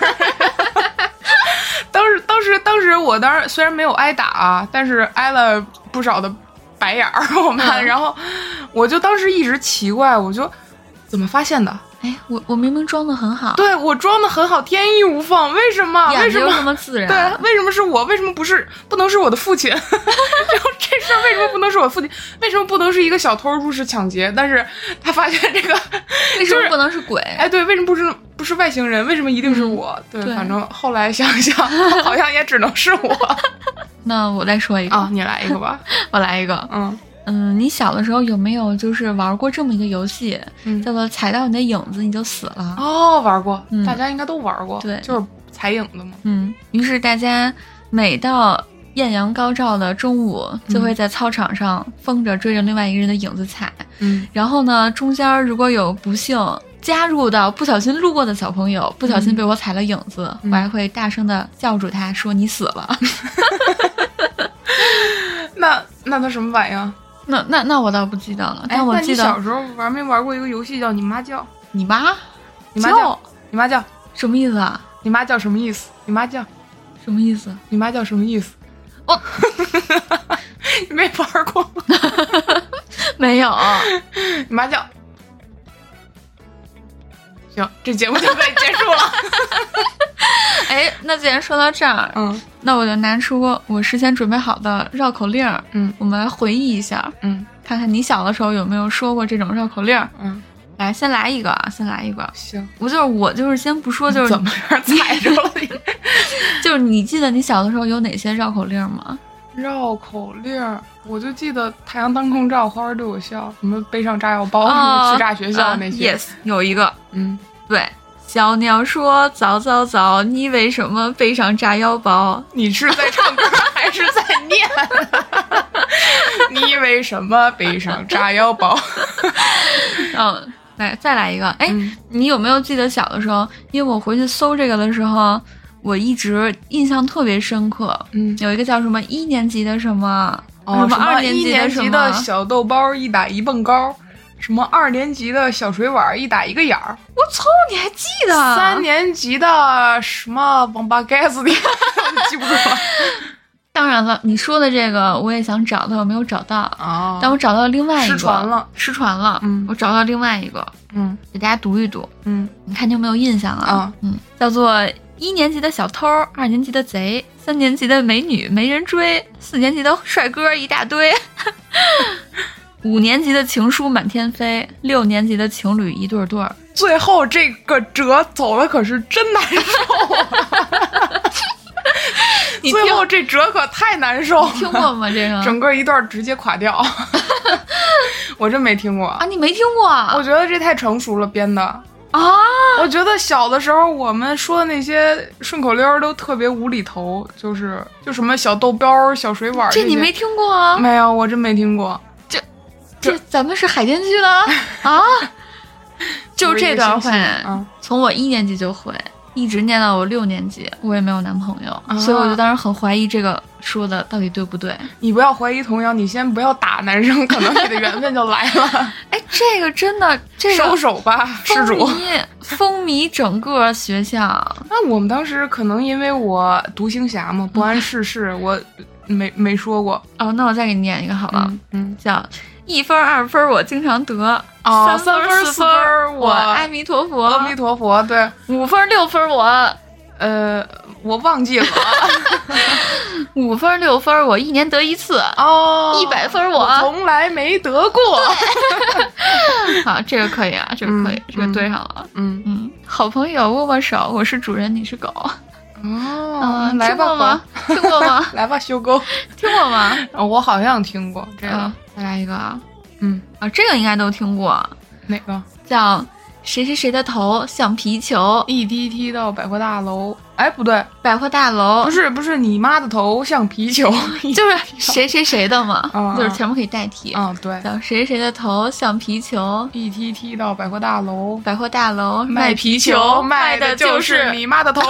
A: 当时，当时，当时，我当时虽然没有挨打啊，但是挨了不少的白眼儿，我妈。
B: 嗯
A: 然后，我就当时一直奇怪，我就怎么发现的？
B: 哎，我我明明装的很好，
A: 对我装的很好，天衣无缝，为什么？为
B: 演的
A: 什
B: 又这
A: 么？
B: 么自然，
A: 对，啊为什么是我？为什么不是？不能是我的父亲？然 后这事儿为什么不能是我的父亲？为什么不能是一个小偷入室抢劫？但是他发现这个，
B: 为什
A: 就
B: 么
A: 是
B: 不能是鬼？
A: 哎，对，为什么不是不是外星人？为什么一定是我？
B: 嗯对
A: 对，反正后来想 想，好像也只能是我
B: 那我再说一个，
A: 啊。你来一个吧，
B: 我来一个。
A: 嗯
B: 嗯，你小的时候有没有就是玩过这么一个游戏，
A: 嗯，
B: 叫做踩到你的影子你就死了？
A: 哦，玩过
B: 嗯，
A: 大家应该都玩过，
B: 对
A: 就是踩影子嘛。
B: 嗯，于是大家每到艳阳高照的中午，
A: 嗯
B: 就会在操场上疯着追着另外一个人的影子踩。
A: 嗯
B: 然后呢，中间如果有不幸加入到不小心路过的小朋友，不小心被我踩了影子，
A: 嗯
B: 我还会大声的叫住他说：“你死了。
A: 那那他什么反应？
B: 那”那那我倒不记得了，
A: 哎，
B: 但我
A: 那你
B: 记
A: 小
B: 得
A: 时候玩没玩过一个游戏叫你妈叫？
B: 你妈
A: 你妈
B: 叫
A: 叫你妈叫
B: 什么意思啊？
A: 你妈叫什么意思？你妈叫
B: 什么意 思？
A: 你妈叫什么意思？
B: 哦，
A: 你没玩过吗？
B: 没有，
A: 你妈叫。行，这节目就可以结束 了。
B: 哎，那既然说到这儿，
A: 嗯
B: 那我就拿出我事先准备好的绕口令儿，
A: 嗯
B: 我们来回忆一下，
A: 嗯
B: 看看你小的时候有没有说过这种绕口令儿。
A: 嗯，
B: 来，先来一个啊，先来一个。
A: 行。
B: 我就是我就是先不说，就是
A: 怎么让人踩着了？
B: 就是你记得你小的时候有哪些绕口令儿吗？
A: 绕口令儿，我就记得太阳当空照，花儿对我笑，什么背上炸药包，
B: 啊
A: 什么去炸学校那些。
B: 啊 yes，有一个
A: 嗯，
B: 对。小鸟说：“早早早，你为什么背上炸药包
A: 你是在唱歌还是在念？ 你为什么背上炸药 包？？”
B: 嗯，来再来一个。哎，
A: 嗯
B: 你有没有记得小的时候？因为我回去搜这个的时候，我一直印象特别深刻。
A: 嗯，
B: 有一个叫什么一年级的什么，
A: 哦，
B: 什么二
A: 年
B: 级
A: 一
B: 的什
A: 级
B: 么
A: 的，小豆包一打一蹦高，什么二年级的小水碗一打一个眼儿，
B: 我操，你还记得？啊
A: 三，年级的什么王八盖子的， 记不住 了。
B: 当然了，你说的这个我也想找，但我没有找到。
A: 啊
B: 但我找到另外一个，
A: 失传了，
B: 失传了。
A: 嗯
B: 我找到另外一个，
A: 嗯
B: 给大家读一读，
A: 嗯，
B: 你看你有没有印象啊
A: 啊？
B: 嗯，叫做一年级的小偷，二年级的贼，三年级的美女没人追，四年级的帅哥一大堆。 五年级的情书满天飞，六年级的情侣一对儿对儿，
A: 最后这个折走的可是真难受啊！
B: 你
A: 最
B: 听
A: 后这折可太难受了，
B: 听过吗？这个
A: 整个一段直接垮掉。 我真没听过，
B: 啊，你没听过啊
A: 我？觉得这太成熟了编的。
B: 啊，
A: 我觉得小的时候我们说的那些顺口溜儿都特别无厘头，就是就什么小豆包儿、小水碗儿
B: 这
A: 些
B: 你没听过啊？
A: 没有？我真没听过。
B: 这咱们是海淀区的啊 啊！就这段会
A: 不是一个星期啊，
B: 从我一年级就会，一直念到我六年级，我也没有男朋友，
A: 啊
B: 所以我就当时很怀疑这个说的到底对不对。
A: 你不要怀疑童谣，你先不要打男生，可能你的缘分就来了。
B: 哎，这个真的， 这
A: 收
B: 个
A: 手吧，
B: 风
A: 施主。
B: 靡风靡整个学校。
A: 那我们当时可能因为我独行侠嘛，不谙世事，我没没说过。
B: 哦，那我再给你念一个好了，
A: 嗯嗯，
B: 叫一分儿二分儿我经常得，
A: 哦
B: 三分
A: 三分
B: 儿
A: 儿
B: 四
A: 四
B: 分
A: 分
B: 儿
A: 儿
B: 我
A: 我
B: 阿弥陀佛，
A: 阿弥陀佛，对，
B: 五分儿六分儿 我
A: 呃，我忘记 了。啊
B: 五分儿六分儿我一年得一次。
A: 哦，
B: 100分儿我
A: 我从来没得 过。
B: 好，这个可以啊，这个可以，
A: 嗯
B: 这个对上了。
A: 嗯，
B: 嗯，好朋友握握手，我是主人，你是狗。
A: 哦
B: 啊，，
A: 嗯来
B: 听过
A: 吧，
B: 吗？ 听 过吗？
A: 来吧，修狗。
B: 听过吗？
A: 啊我好像听过这个
B: 啊，，再来一个啊！
A: 嗯，
B: 啊，这个应该都听过，
A: 哪个？
B: 叫谁谁谁的头像皮球，
A: 一踢踢到百货大楼。哎，不对，
B: 百货大楼
A: 不是不是，你妈的头像皮 球。
B: 就是谁谁谁的嘛
A: 嗯，
B: 就是全部可以代替。
A: 嗯，对，
B: 叫谁谁谁的头像皮球，
A: 一踢踢到百货大楼。
B: 百货大楼
A: 皮
B: 球
A: 卖
B: 的
A: 就是你妈的头。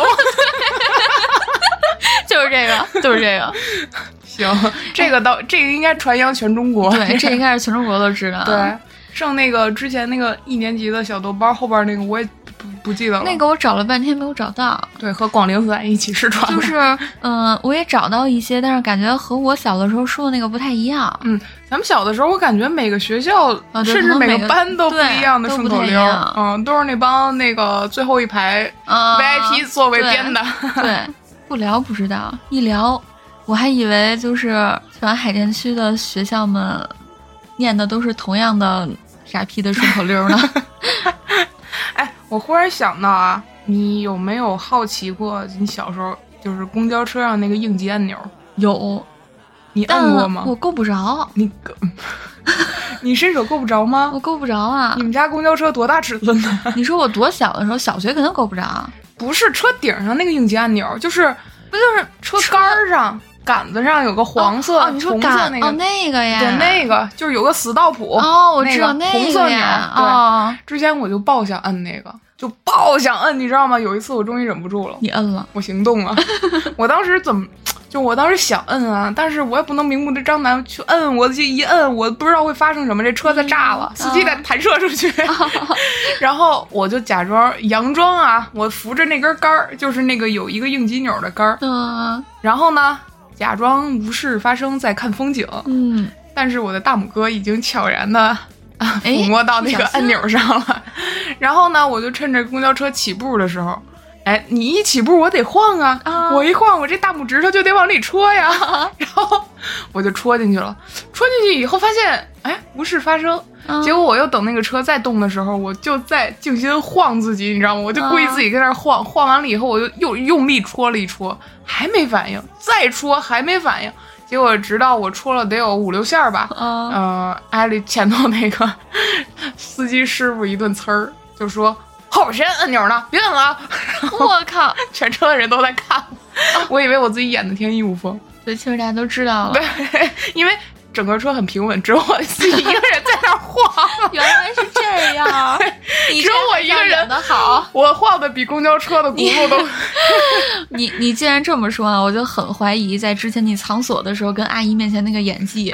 B: 就是这个，就是 这个。
A: 行， 这个到这个应该传扬全中国。
B: 对，这应该是全中国都知 道。
A: 对，，剩那个之前那个一年级的小豆包后边那个我也不不记得了。
B: 那个我找了半天没有找到，
A: 对，和广陵散一起失传的。
B: 就是嗯、我也找到一些，但是感觉和我小的时候说的那个不太一样。
A: 咱们小的时候，我感觉每个学校、
B: 啊对
A: 甚
B: 可
A: 至
B: 能
A: 每
B: 每个
A: 班都不
B: 对
A: 一样的
B: 都
A: 顺
B: 不
A: 口
B: 太一
A: 溜
B: 样
A: 儿，嗯，都是那帮那个最后一排
B: 啊
A: VIP 座位编的。
B: 对，不聊不知道，一聊我还以为就是全海淀区的学校们念的都是同样的傻逼的顺口溜 呢。
A: 哎， 我忽然想到啊，你有没有好奇过你小时候就是公交车上那个应急按钮，
B: 有，
A: 你
B: 但
A: 按过吗？
B: 我够不着，
A: 你够 你伸手够不着吗
B: 我？够不着啊
A: 你！们家公交车多大尺寸呢？
B: 你说我多小的时候，小学肯定够不着，
A: 不是车顶上那个应急按钮，就是
B: 不就是
A: 车杆儿上、杆子上有个黄色、
B: 哦，哦你说
A: 红色
B: 杆
A: 那个，
B: 哦那个呀，
A: 对，那个就是有个死道谱。
B: 哦，我知道
A: 那个
B: 那
A: 红色
B: 个
A: 钮
B: 呀，
A: 对
B: 哦，
A: 之前我就爆想摁那个，就爆想摁，你知道吗？有一次我终于忍不住了，
B: 你摁了，
A: 我行动了。我当时怎么，就我当时想摁啊，但是我也不能明目张胆去摁，我就一摁，我不知道会发生什么，这车再炸了，
B: 嗯
A: 司机再弹射出去。然后我就假装佯装啊，我扶着那根杆儿，就是那个有一个应急钮的杆儿，
B: 嗯
A: 然后呢，假装无事发生，在看风景。
B: 嗯，
A: 但是我的大拇哥已经悄然的。啊，
B: 哎
A: 抚摸到那
B: 不
A: 个
B: 小心啊
A: 按钮上了，然后呢，我就趁着公交车起步的时候，哎，你一起步我得晃啊，
B: 啊
A: 我一晃我这大拇指头就得往里戳呀，然后我就戳进去了，戳进去以后发现，哎，无事发生，
B: 啊
A: 结果我又等那个车再动的时候，我就在静心晃自己，你知道吗？我就故意
B: 啊
A: 自己跟那儿晃，晃完了以后，我就又用力戳了一戳，还没反应，再戳还没反应。结果直到我戳了得有五六下儿吧，
B: 啊
A: 呃，挨了前头那个司机师傅一顿呲儿，就说后边谁按按钮呢？别摁了啊！
B: 我靠，
A: 全车的人都在看我，我以为我自己演的天衣无缝，
B: 对，其实大家都知道了，
A: 因为整个车很平稳，只有我自己一个人在那儿晃。
B: 原来是 这样，你
A: 只有
B: 真
A: 我
B: 的
A: 一个
B: 叫
A: 人
B: 演的好，
A: 我晃的比公交车的轱辘都。。
B: 你你既然这么说啊，我就很怀疑在之前你藏锁的时候跟阿姨面前那个演技，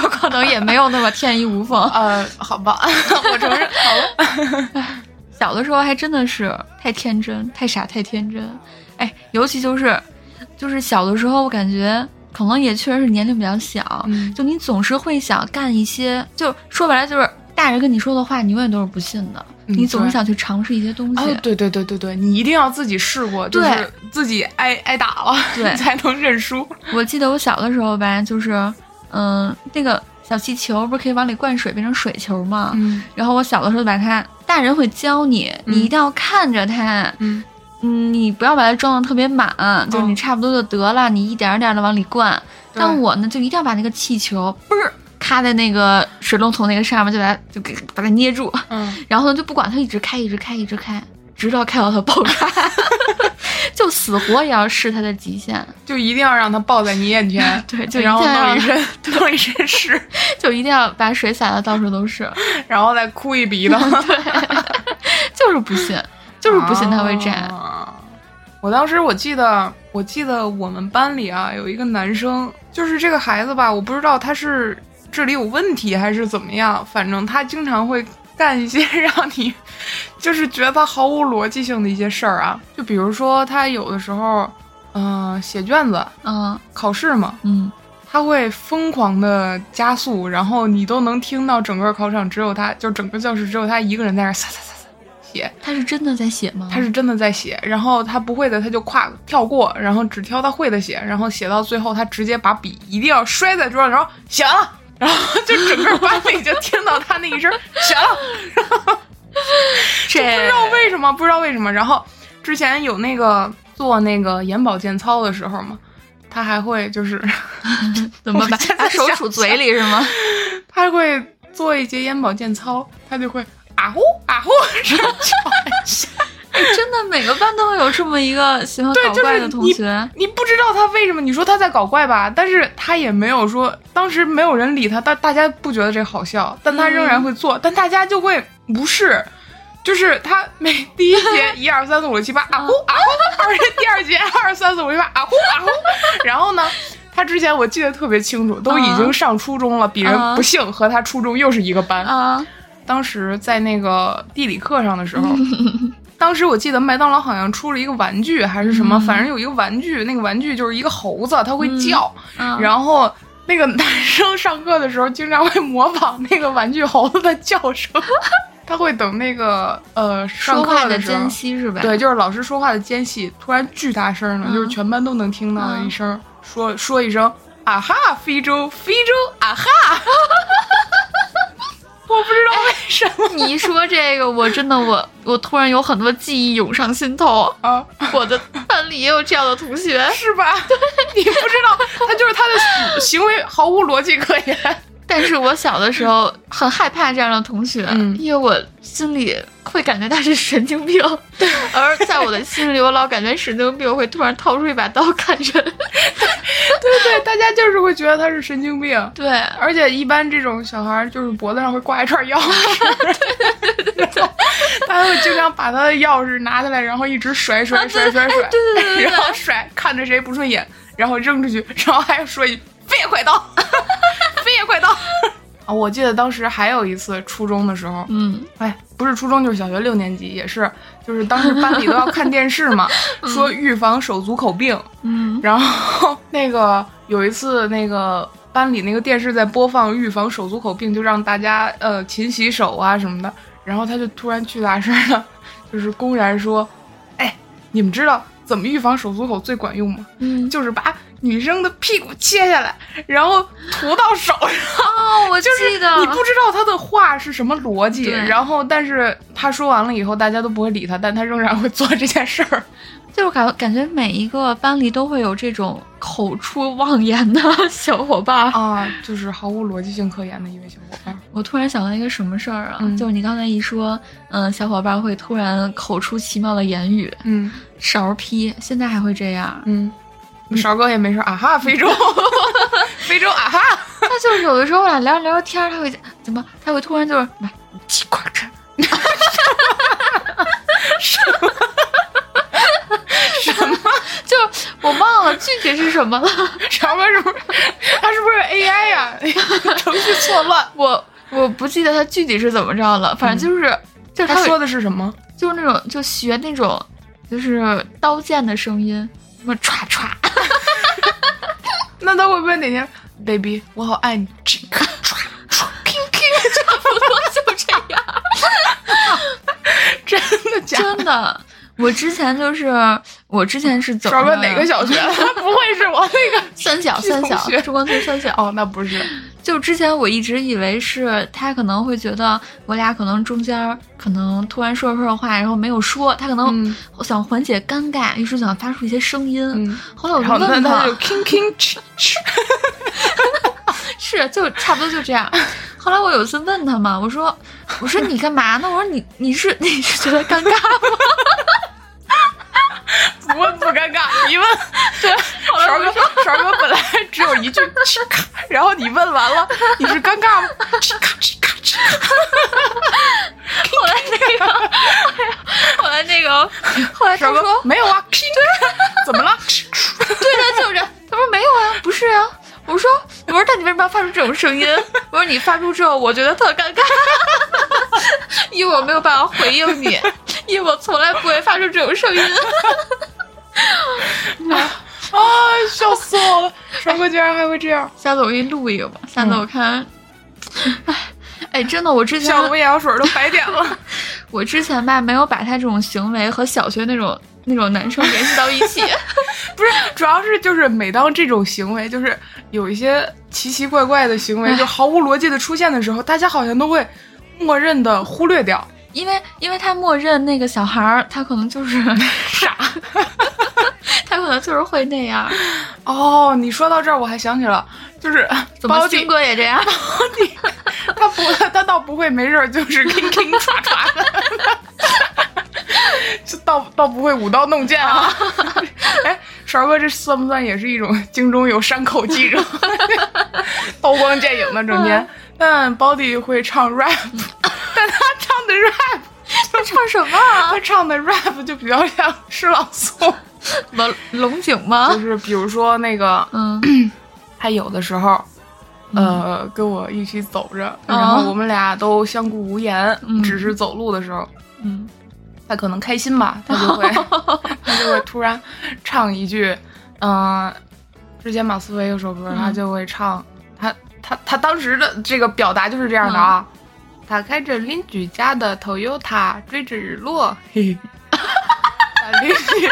B: 有可能也没有那么天衣无缝
A: 呃，好吧，我承认。好了，
B: 小的时候还真的是太天真、太傻、太天真，哎，尤其就是就是小的时候，我感觉可能也确实是年龄比较小，
A: 嗯
B: 就你总是会想干一些，就说白了就是大人跟你说的话，你永远都是不信的，
A: 嗯
B: 你总
A: 对
B: 是想去尝试一些东西。
A: 哦，对对对对对，你一定要自己试过，就是
B: 对
A: 自己挨挨打了，
B: 对
A: 才能认输。
B: 我记得我小的时候吧，就是，嗯、那个小气球不是可以往里灌水变成水球吗？
A: 嗯
B: 然后我小的时候把它，大人会教你，
A: 嗯
B: 你一定要看着它，
A: 嗯哦
B: 嗯，你不要把它装的特别满，就是你差不多就得了，你一点儿点的往里灌。
A: 对
B: 但我呢，就一定要把那个气球嘣儿卡在那个水龙头那个上面，就把它就给把它捏住，
A: 嗯，
B: 然后呢就不管它，一直开，一直开，一直开，直到开到它爆炸， 就死活也要试它的极限。，
A: 就一定要让他抱在你眼前
B: 对就一啊
A: 然后
B: 定要
A: 弄一
B: 让
A: 身 弄一身屎，
B: 就一定要把水洒的到处都是，
A: 然后再哭一鼻子，
B: 就是不信， 就是不信它会炸。
A: 啊我当时我记得，我记得我们班里啊有一个男生，就是这个孩子吧，我不知道他是智力有问题还是怎么样，反正他经常会干一些 让你就是觉得他毫无逻辑性的一些事儿啊，就比如说他有的时候，嗯、写卷子
B: 嗯
A: 考试嘛，
B: 嗯，
A: 他会疯狂的加速，然后你都能听到整个考场只有他，就整个教室只有他一个人在那儿撒撒撒撒写。
B: 他是真的在写吗？
A: 他是真的在写，然后他不会的他就跨跳过，然后只挑他会的写，然后写到最后他直接把笔一定要摔在桌上，然后响了，然后就整个班里就听到他那一声响了，
B: 这
A: 不知道为什么，不知道为什么。然后之前有那个做那个眼保健操的时候嘛，他还会就是
B: 怎么把
A: 我现在
B: 把手
A: 想
B: 杵嘴里是吗？
A: 他会做一节眼保健操，他就会啊呼啊呼，这样叫一下
B: 真的每个班都会有这么一个喜欢
A: 对
B: 搞
A: 就是
B: 怪的同
A: 你
B: 学。
A: 你不知道他为什么？你说他在搞怪吧，但是他也没有说，当时没有人理他，但大家不觉得这好笑，但他仍然会做，但大家就会无视。就是他每第一节一二三四五六七八啊呼啊呼，而且第二节二三四五六七八啊呼啊呼，然后呢，他之前我记得特别清楚，都已经上初中了，比人
B: 啊
A: 不幸和他初中又是一个班，
B: 啊，
A: 当时在那个地理课上的 时候，当时我记得麦当劳好像出了一个玩具还是什么，
B: 嗯
A: 反正有一个玩具，那个玩具就是一个猴子，它会叫，
B: 嗯
A: 然后。那个男生上课的时候经常会模仿那个玩具猴子的叫声， 他会等那个呃上
B: 说
A: 课
B: 话的
A: 时候
B: 珍惜是吧？
A: 对，就是老师说话的间隙，突然巨大声了，
B: 嗯
A: 就是全班都能听到的一
B: 嗯
A: 声，说说一声啊哈，非洲，非洲啊哈， 我不知道为哎什么、
B: 你一说这个，我真的我 我突然有很多记忆涌上心 头。
A: 啊，
B: 我的班里也有这样的同学，
A: 是吧？ 你不知道，他就是他的行为毫无逻辑可言。
B: 但是我小的时候很害怕这样的同学，
A: 嗯
B: 因为我心里会感觉他是神经病， 而在我的心里，我老感觉神经病会突然掏出一把刀砍人。
A: 对对，大家就是会觉得他是神经病。
B: 对，
A: 而且一般这种小孩儿就是脖子上会挂一串钥匙，然后他会经常把他的钥匙拿下来，然后一直甩甩甩甩甩，
B: 啊对对对对对
A: 然后甩看着谁不顺眼，然后扔出去，然后还说一句“飞也快到，飞也快到”。 啊，我记得当时还有一次初中的时候，
B: 嗯，
A: 哎，不是初中就是小学六年级，也是，就是当时班里都要看电视嘛，说预防手足口病，
B: 嗯，
A: 然后那个有一次，那个班里那个电视在播放预防手足口病，就让大家呃勤洗手啊什么的。然后他就突然巨大声的，就是公然说：“哎，你们知道怎么预防手足口最管用吗？
B: 嗯，
A: 就是把女生的屁股切下来，然后涂到手上。”
B: 哦，我
A: 就是
B: 记得，
A: 你不知道他的话是什么逻辑，
B: 对
A: 然后但是他说完了以后，大家都不会理他，但他仍然会做这件事儿。
B: 就是感感觉每一个班里都会有这种口出妄言的 小伙伴。
A: 啊，就是毫无逻辑性可言的一位小伙伴。
B: 我突然想到一个什么事儿啊，
A: 嗯
B: 就是你刚才一说，嗯，小伙伴会突然口出奇妙的言语，
A: 嗯
B: 勺劈，现在还会这 样。
A: 嗯，勺哥也没说啊哈，非洲， 非洲啊哈，
B: 那就是有的时候我俩聊着聊着天儿，他会怎么？他会突然就是买鸡块吃，什么什么？就是我忘了具体是什么了。
A: 勺哥是不是他是不是 AI 呀、 程序错乱。
B: 我我不记得他具体是怎么着了，反正就是、就是
A: 他
B: 嗯他
A: 说
B: 说
A: 的是什么？
B: 就是那种就学那种就是刀剑的声音，什么歘 歘，
A: 那他会不会哪天，baby，我好爱你，这个唰 唰 QQ，
B: 差不多就这样。
A: 真的假的？
B: 真的，我之前就是我之前是怎么
A: 勺
B: 着
A: 哥
B: 呀？
A: 哪个小学？他不会是我那个？
B: 三小
A: 系
B: 三
A: 同
B: 小
A: 学
B: 中关村三小。
A: 哦，那不是，
B: 就之前我一直以为是他可能会觉得我俩可能中间儿可能突然说着说着话，然后没有说，他可能
A: 嗯
B: 想缓解尴尬，于是想发出一些声音。
A: 嗯
B: 后来我
A: 然后
B: 就
A: 那
B: 问
A: 他就 king king 吃吃，
B: 是就差不多就这 样。后来我有一次问他嘛，我说我说你干嘛呢？我说你你是 你是觉得尴尬吗？
A: 不问不尴尬，一问， 对，勺哥，勺哥本来只有一句吃咔，然后你问完了，你是尴尬吗？吃咔吃咔吃咔，
B: 后来那个， 后来那个，后来他
A: 勺哥
B: 说
A: 没有啊，king，怎 么了？吃
B: 对的，就是他说没有啊，不是啊。我说，我说，那你为什么要发出这种声音？我说你发出之后，我觉得特尴尬， 因为我没有办法回应你，因为我从来不会发出这种声音。
A: 啊，笑死我了，勺哥竟然还会这样，
B: 下次我给你录一个吧，下次我看。哎，哎，真的，我之前
A: 像我们眼药水都白点了，
B: 我之前吧，没有把他这种行为和小学那种那种男生联系到一 起。
A: 不是，主要是就是每当这种行为，就是有一些奇奇怪怪的行为，
B: 哎
A: 就毫无逻辑的出现的时候，大家好像都会默认的忽略掉。
B: 因为因为他默认那个小孩儿，他可能就是 傻，他可能就是会那样。
A: 哦，你说到这儿，我还想起了，就是
B: 怎么
A: 包
B: 军
A: 弟
B: 哥也这样？
A: 他不，他倒不会没事儿，就是吭吭唰唰的， 这倒倒不会舞刀弄剑啊。哎，勺哥，这算不算也是一种京中有山口记者， 刀光剑影的整天？但 Body 会唱 rap，但他唱的 rap，
B: 他唱什么啊？
A: 他唱的 rap 就比较像诗朗诵，
B: 龙龙井吗
A: 就？是比如说那个，
B: 嗯，
A: 他有的时候，呃，跟我一起走着，然后我们俩都相顾无言，
B: 嗯
A: 只是走路的时候，
B: 嗯，
A: 他可能开心吧，他就会 他就会突然唱一句，嗯、之前马思唯有首歌，
B: 嗯
A: 他就会唱，他他他当时的这个表达就是这样的啊。打开着邻居家的 Toyota 追着日落，嘿嘿啊邻居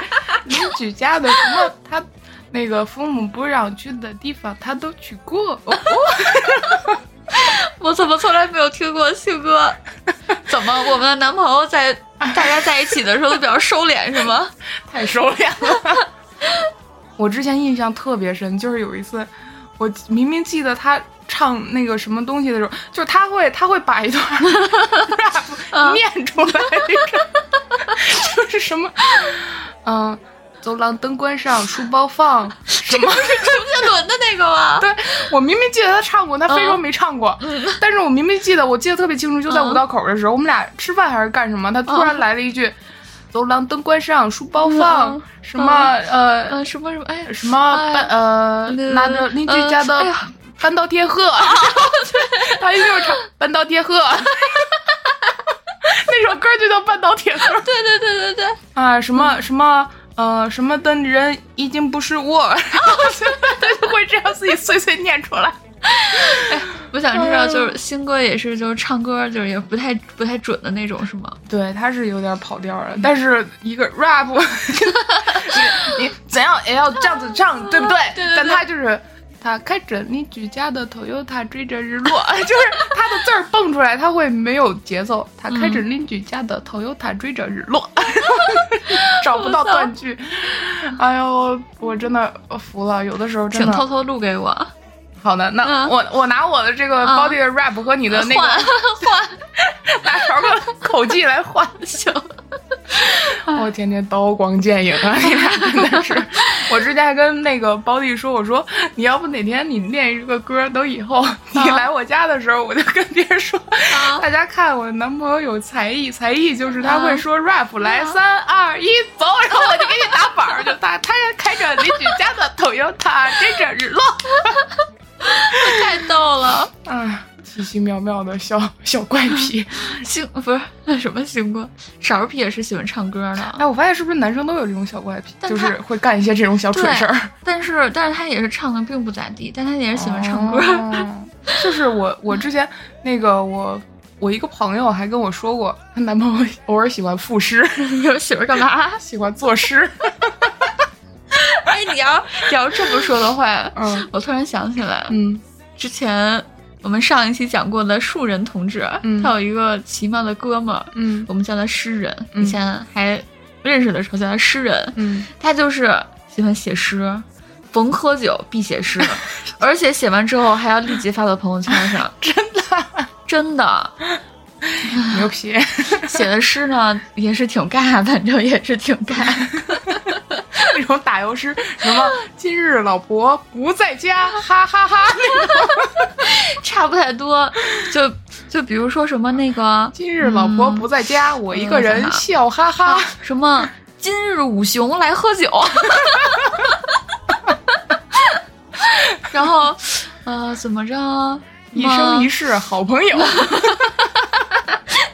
A: 邻居家的什么他那个父母不让去的地方，他都去过。哦
B: 我怎么从来没有听过秀哥？ 怎么我们的男朋友在大家在一起的时候都比较收敛是 吗？
A: 太收敛了。 我之前印象特别深，就是有一次，我明明记得他唱那个什么东西的时候，就是他会他会把一段 rap 念出来那种， 就是什么，嗯、走廊灯关上，书包放，什么？
B: 周杰伦的那个吗？
A: 对 我明明记得他唱过，他非说没唱过，但是我明明记得，我记得特别清楚，就在
B: 嗯
A: 五道口的时候，我们俩吃饭还是干什么，他突然来了一句：“走廊灯关上，书包放，
B: 嗯
A: 什么、呃
B: 呃，什么什么，哎，
A: 什么
B: 哎
A: 搬呃
B: 那
A: 拿着邻居家的
B: 呃哎呀哦
A: 搬到贴 鹤，他一就是唱搬到贴鹤。”那首歌就叫《半岛铁盒》
B: 对对对对对，
A: 啊，什
B: 嗯
A: 么什么呃什么的人已经不是我，
B: 哦
A: 然后就 他就会这样自己碎碎念出来。
B: 我想知道就是新歌也是就是唱歌就是也不太不太准的那种是吗？
A: 对，他是有点跑调了，但是一个 rap，你你 怎样也要这样子唱，对不对？
B: 对对
A: 但他就是他开着你举家的 Toyota 追着日落， 就是他的字儿蹦出来，他会没有节奏。他开着邻居家的 Toyota 追着日落， 找不到断句。哎呦，我真的服了，有的时候真
B: 请偷
A: 的
B: 偷录给我，
A: 好的。那
B: 嗯
A: 我我拿我的这个
B: 嗯
A: body 的 rap 和你的那
B: 换
A: 个
B: 换
A: 拿勺的口技来换。
B: 行，
A: 我天天刀光剑影啊！你俩真的是，我之前还跟那个包弟说，我说你要不哪天你练一个歌，等以后你来我家的时候，我就跟别人说，
B: 啊
A: 大家看我男朋友有才艺，才艺就是他会说 rap，、来
B: 啊
A: 三二一走，然后我就给你打板儿，就他他开着邻居家的 Toyota 跟着日落，
B: 太逗了。
A: 啊，奇奇妙妙的小小怪癖。
B: 星不是那什么星哥，少儿皮也是喜欢唱歌的，
A: 哎，我发现是不是男生都有这种小怪癖，
B: 但
A: 就
B: 他
A: 是会干一些这种小蠢
B: 对
A: 事儿。
B: 但是但是他也是唱的并不咋地，但他也 是喜欢唱歌。
A: 哦就是我，我之前那个我我一个朋友还跟我说过，她男朋友偶尔喜欢赋诗，
B: 你说媳妇儿干嘛？
A: 喜欢作诗。
B: 哎，你要你要这么说的话，
A: 嗯
B: 我突然想起来，
A: 嗯
B: 之前我们上一期讲过的树人同志，啊
A: 嗯
B: 他有一个奇妙的哥们儿，
A: 嗯
B: 我们叫他诗人，
A: 嗯
B: 以前还认识的时候叫他诗人，
A: 嗯，
B: 他就是喜欢写诗。逢喝酒必写 诗，而且写完之后还要立即发到朋友圈上。 真的，真的，
A: 牛皮。
B: 写的诗呢也是挺尬，反正也是挺 尬。
A: 那种打油诗，什么今日老婆不在家，哈哈哈那种
B: 差不太多。就就比如说什么那个
A: 今日老婆不在家，
B: 嗯
A: 我一个人笑哈哈
B: 啊。，什么今日五雄来喝 酒，然后呃怎么着，嗯
A: 一生一
B: 世
A: 世好朋 友。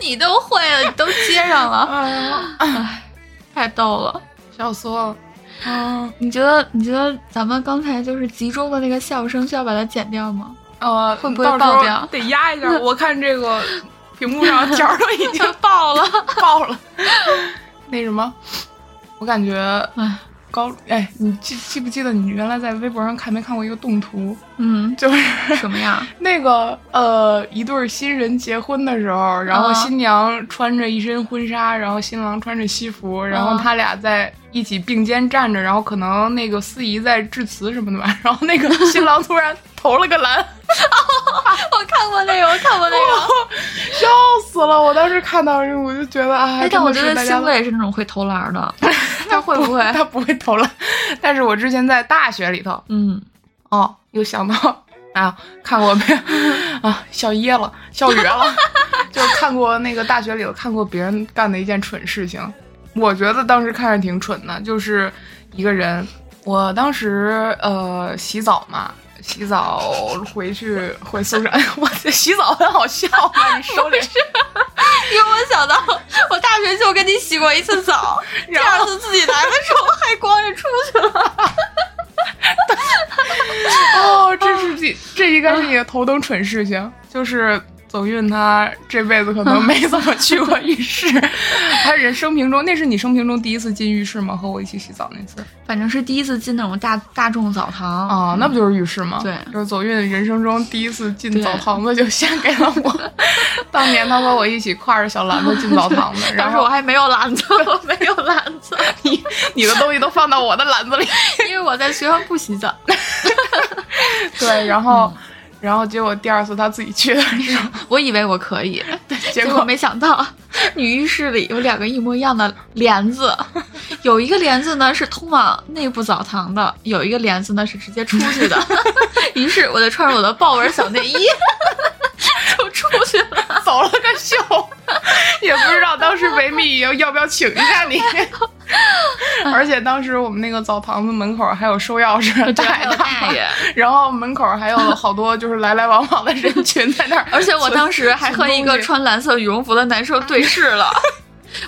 B: 你都会了，你都接上了，
A: 啊，
B: 太逗了。
A: 笑死我了。嗯
B: 你觉得你觉得咱们刚才就是集中的那个笑声需要把它剪掉吗？
A: 呃，
B: 会不会
A: 到时候
B: 爆掉
A: 得压一下。我看这个屏幕上 角儿都已经
B: 爆了，
A: 爆了。那什么，我感觉
B: 哎
A: 高哎，你记记不记得你原来在微博上看没看过一个动图，
B: 嗯，
A: 就是
B: 什么样？
A: 那个呃一对新人结婚的时候，然后
B: 啊
A: 新娘穿着一身婚纱，然后新郎穿着西服，然后
B: 啊
A: 他俩在一起并肩站着，然后可能那个司仪在致辞什么的吧，然后那个新郎突然投了个篮，
B: 我看过那个，我看过那 个。
A: 笑死了！我当时看到这个，我就觉得啊，
B: 哎，但我觉得
A: 辛
B: 星
A: 累。
B: 卫是那种会投篮 的，他会不会？
A: 他 不会投篮，但是我之前在大学里头，
B: 嗯，
A: 哦，又想到啊，看过没有啊？笑噎了，笑哕了， 就是看过那个大学里头看过别人干的一件蠢事情，我觉得当时看着挺蠢的，就是一个人，我当时呃洗澡嘛。洗澡回去回宿舍， 哎，我洗澡很好笑啊！你收敛，
B: 因为我想到我大学就跟你洗过一次 澡，第
A: 然后
B: 二次自己来的时候还光着出去了。
A: 哦，这是这这应该是你的头等蠢事情，就是走运他这辈子可能没怎么去过浴室，他人生平中那是你生平中第一次进浴室吗？和我一起洗澡那次
B: 反正是第一次进那种大大众澡堂
A: 啊，那不就是浴室吗？
B: 对
A: 就是走运人生中第一次进
B: 对
A: 澡堂子就献给了我。 当年他和我一起挎着小篮子进澡堂 子，然
B: 当时我
A: 后
B: 还没有篮子，我没有篮子，
A: 你你的东西都放到我的篮子里，
B: 因为我在学校不洗 澡。
A: 对，然后。然后结果第二次他自己去的时候，
B: 我以为我可以，
A: 嗯结
B: 结
A: 果
B: 果没想到，女浴室里有两个一模一样的帘子，有一个帘子呢是通往内部澡堂的，有一个帘子呢是直接出 去的。于是我就穿着我的豹纹小内衣 就出去了。
A: 走了个秀，也不知道当时维密要要不要请一下 你。而且当时我们那个澡堂子门口还有收钥匙的大
B: 还
A: 爷
B: 有
A: 大
B: 大
A: 妈，
B: 爷，。
A: 然后门口还有好多就是来来往往的人群在那儿
B: 而且我当时还和一个穿蓝色羽绒服的男生对视 了，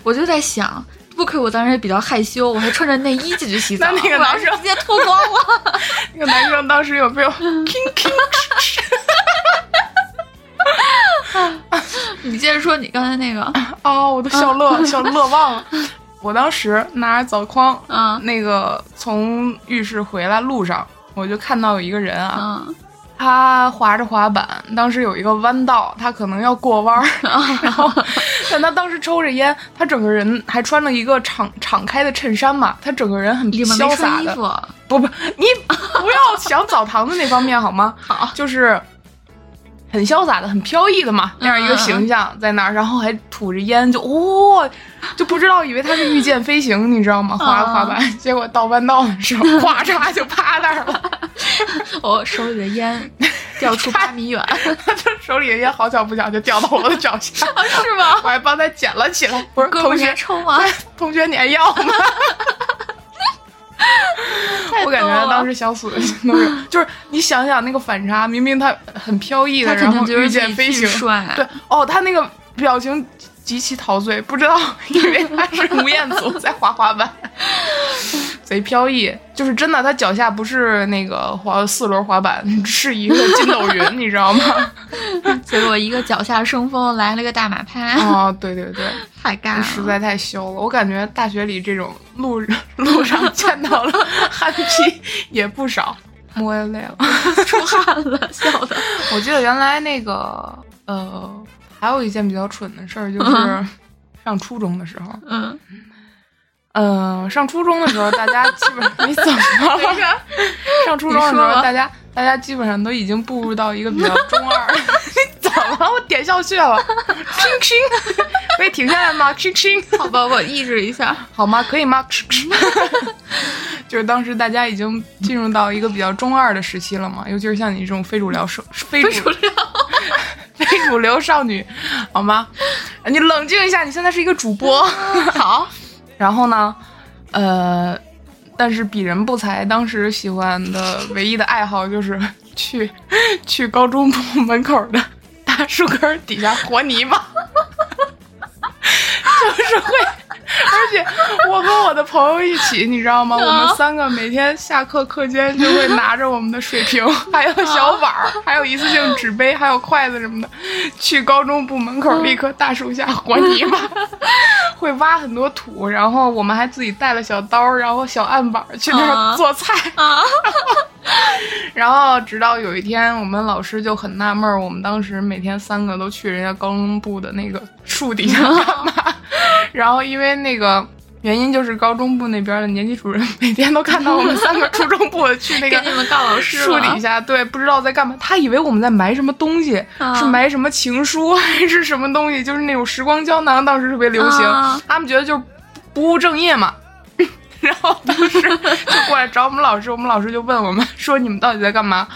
B: 我就在想。不亏我当时比较害羞，我还穿着内衣进去洗澡，
A: 那那个
B: 我要
A: 男
B: 是
A: 生
B: 直接脱光了，
A: 那个男生当时有没有 king king？
B: 你接着说你刚才那个，
A: 哦，我都笑乐笑乐忘了。我当时拿着澡筐，
B: 嗯
A: 那个从浴室回来路上，我就看到有一个人啊，
B: 嗯，
A: 他滑着滑板，当时有一个弯道，他可能要过弯儿，然后，但他当时抽着烟，他整个人还穿了一个敞敞开的衬衫嘛，他整个人很
B: 里面没
A: 潇洒
B: 穿衣
A: 的。
B: 服，
A: 不不，你不要想澡堂子那方面好 吗？
B: 好，
A: 就是很潇洒的、很飘逸的嘛，那样一个
B: 嗯嗯
A: 形象在那儿，然后还吐着烟，就哦，就不知道以为他是御剑飞行，你知道吗？滑着滑
B: 啊
A: 板，结果到弯道的时 候，咵嚓就趴那儿了。
B: 我哦手里的 烟掉出八米远，
A: 他就 手里的烟好巧不巧就掉到我的脚 下，
B: 是吗？
A: 我还帮他捡了起来。不是
B: 哥
A: 同
B: 们儿你
A: 学，
B: 还抽 吗？
A: 同学你还要 吗？
B: 太
A: 我感
B: 逗
A: 觉当
B: 了
A: 时想死的心都 有。就是你想想那个反差，明明他很飘逸的，
B: 他肯
A: 然
B: 定
A: 后
B: 觉得
A: 御
B: 自
A: 剑
B: 己
A: 飞
B: 巨
A: 行，
B: 帅，
A: 对，哦，他那个表情极其陶醉，不知道 以为他是吴彦祖在滑滑 板，贼飘逸。就是真的，他脚下不是那个滑四轮滑板，是一个筋斗云，你知道吗？
B: 结果一个脚下生风来了个大马趴，
A: 哦，对对对。
B: 太尬了，
A: 实在太羞了。我感觉大学里这种路路上见到了憨批也不少。我也累了。
B: 出 汗了，笑的。
A: 我记得原来那个呃，还有一件比较蠢的事儿，就是上初中的时候。
B: 嗯，
A: 嗯、上初中的时候，大家基本 你怎么了？ 上初中的时
B: 你说
A: 候，
B: 吧
A: 大家大家基本上都已经步入到一个比较中二。 你怎么了？我点笑穴了， 轻轻，可以停下来吗？轻轻。
B: 好吧，我抑制一下。
A: 好吗？可以吗？ 就是当时大家已经进入到一个比较中二的时期了 嘛，尤其是像你这种非主流少非
B: 非主
A: 主
B: 流，
A: 非主流少女，好吗？你冷静一下，你现在是一个主播。
B: 好，
A: 然后呢，呃，但是鄙人不才，当时喜欢的唯一的爱好就是去 去高中部门口的大树根儿底下和泥巴，就是会。而且我和我的朋友一起，你知道吗？我们三个每天下课课间就会拿着我们的水瓶，还有小碗儿，还有一次性纸杯，还有筷子什么的，去高中部门口的一棵大树下和泥巴。 会挖很多土，然后我们还自己带了小刀，然后小案板去那
B: 啊
A: 儿做菜。
B: 啊
A: 然后直到有一天，我们老师就很纳闷儿，我们当时每天三个都 去人家高中部的那个树底下干嘛？然后因为那个原因就是高中部那边的年级主任每天都看到我们三个初中部去那
B: 给
A: 个
B: 你们告老师
A: 树
B: 了
A: 底下，对，不知道在干嘛，他以为我们在埋什么东西，
B: 啊
A: 是埋什么情书 还是什么东西，就是那种时光胶囊，当时特别流行，
B: 啊
A: 他们觉得就是不务正业嘛。 然后当时就过来找我们老师，我们老师就问我们说：“你们到底在干嘛？”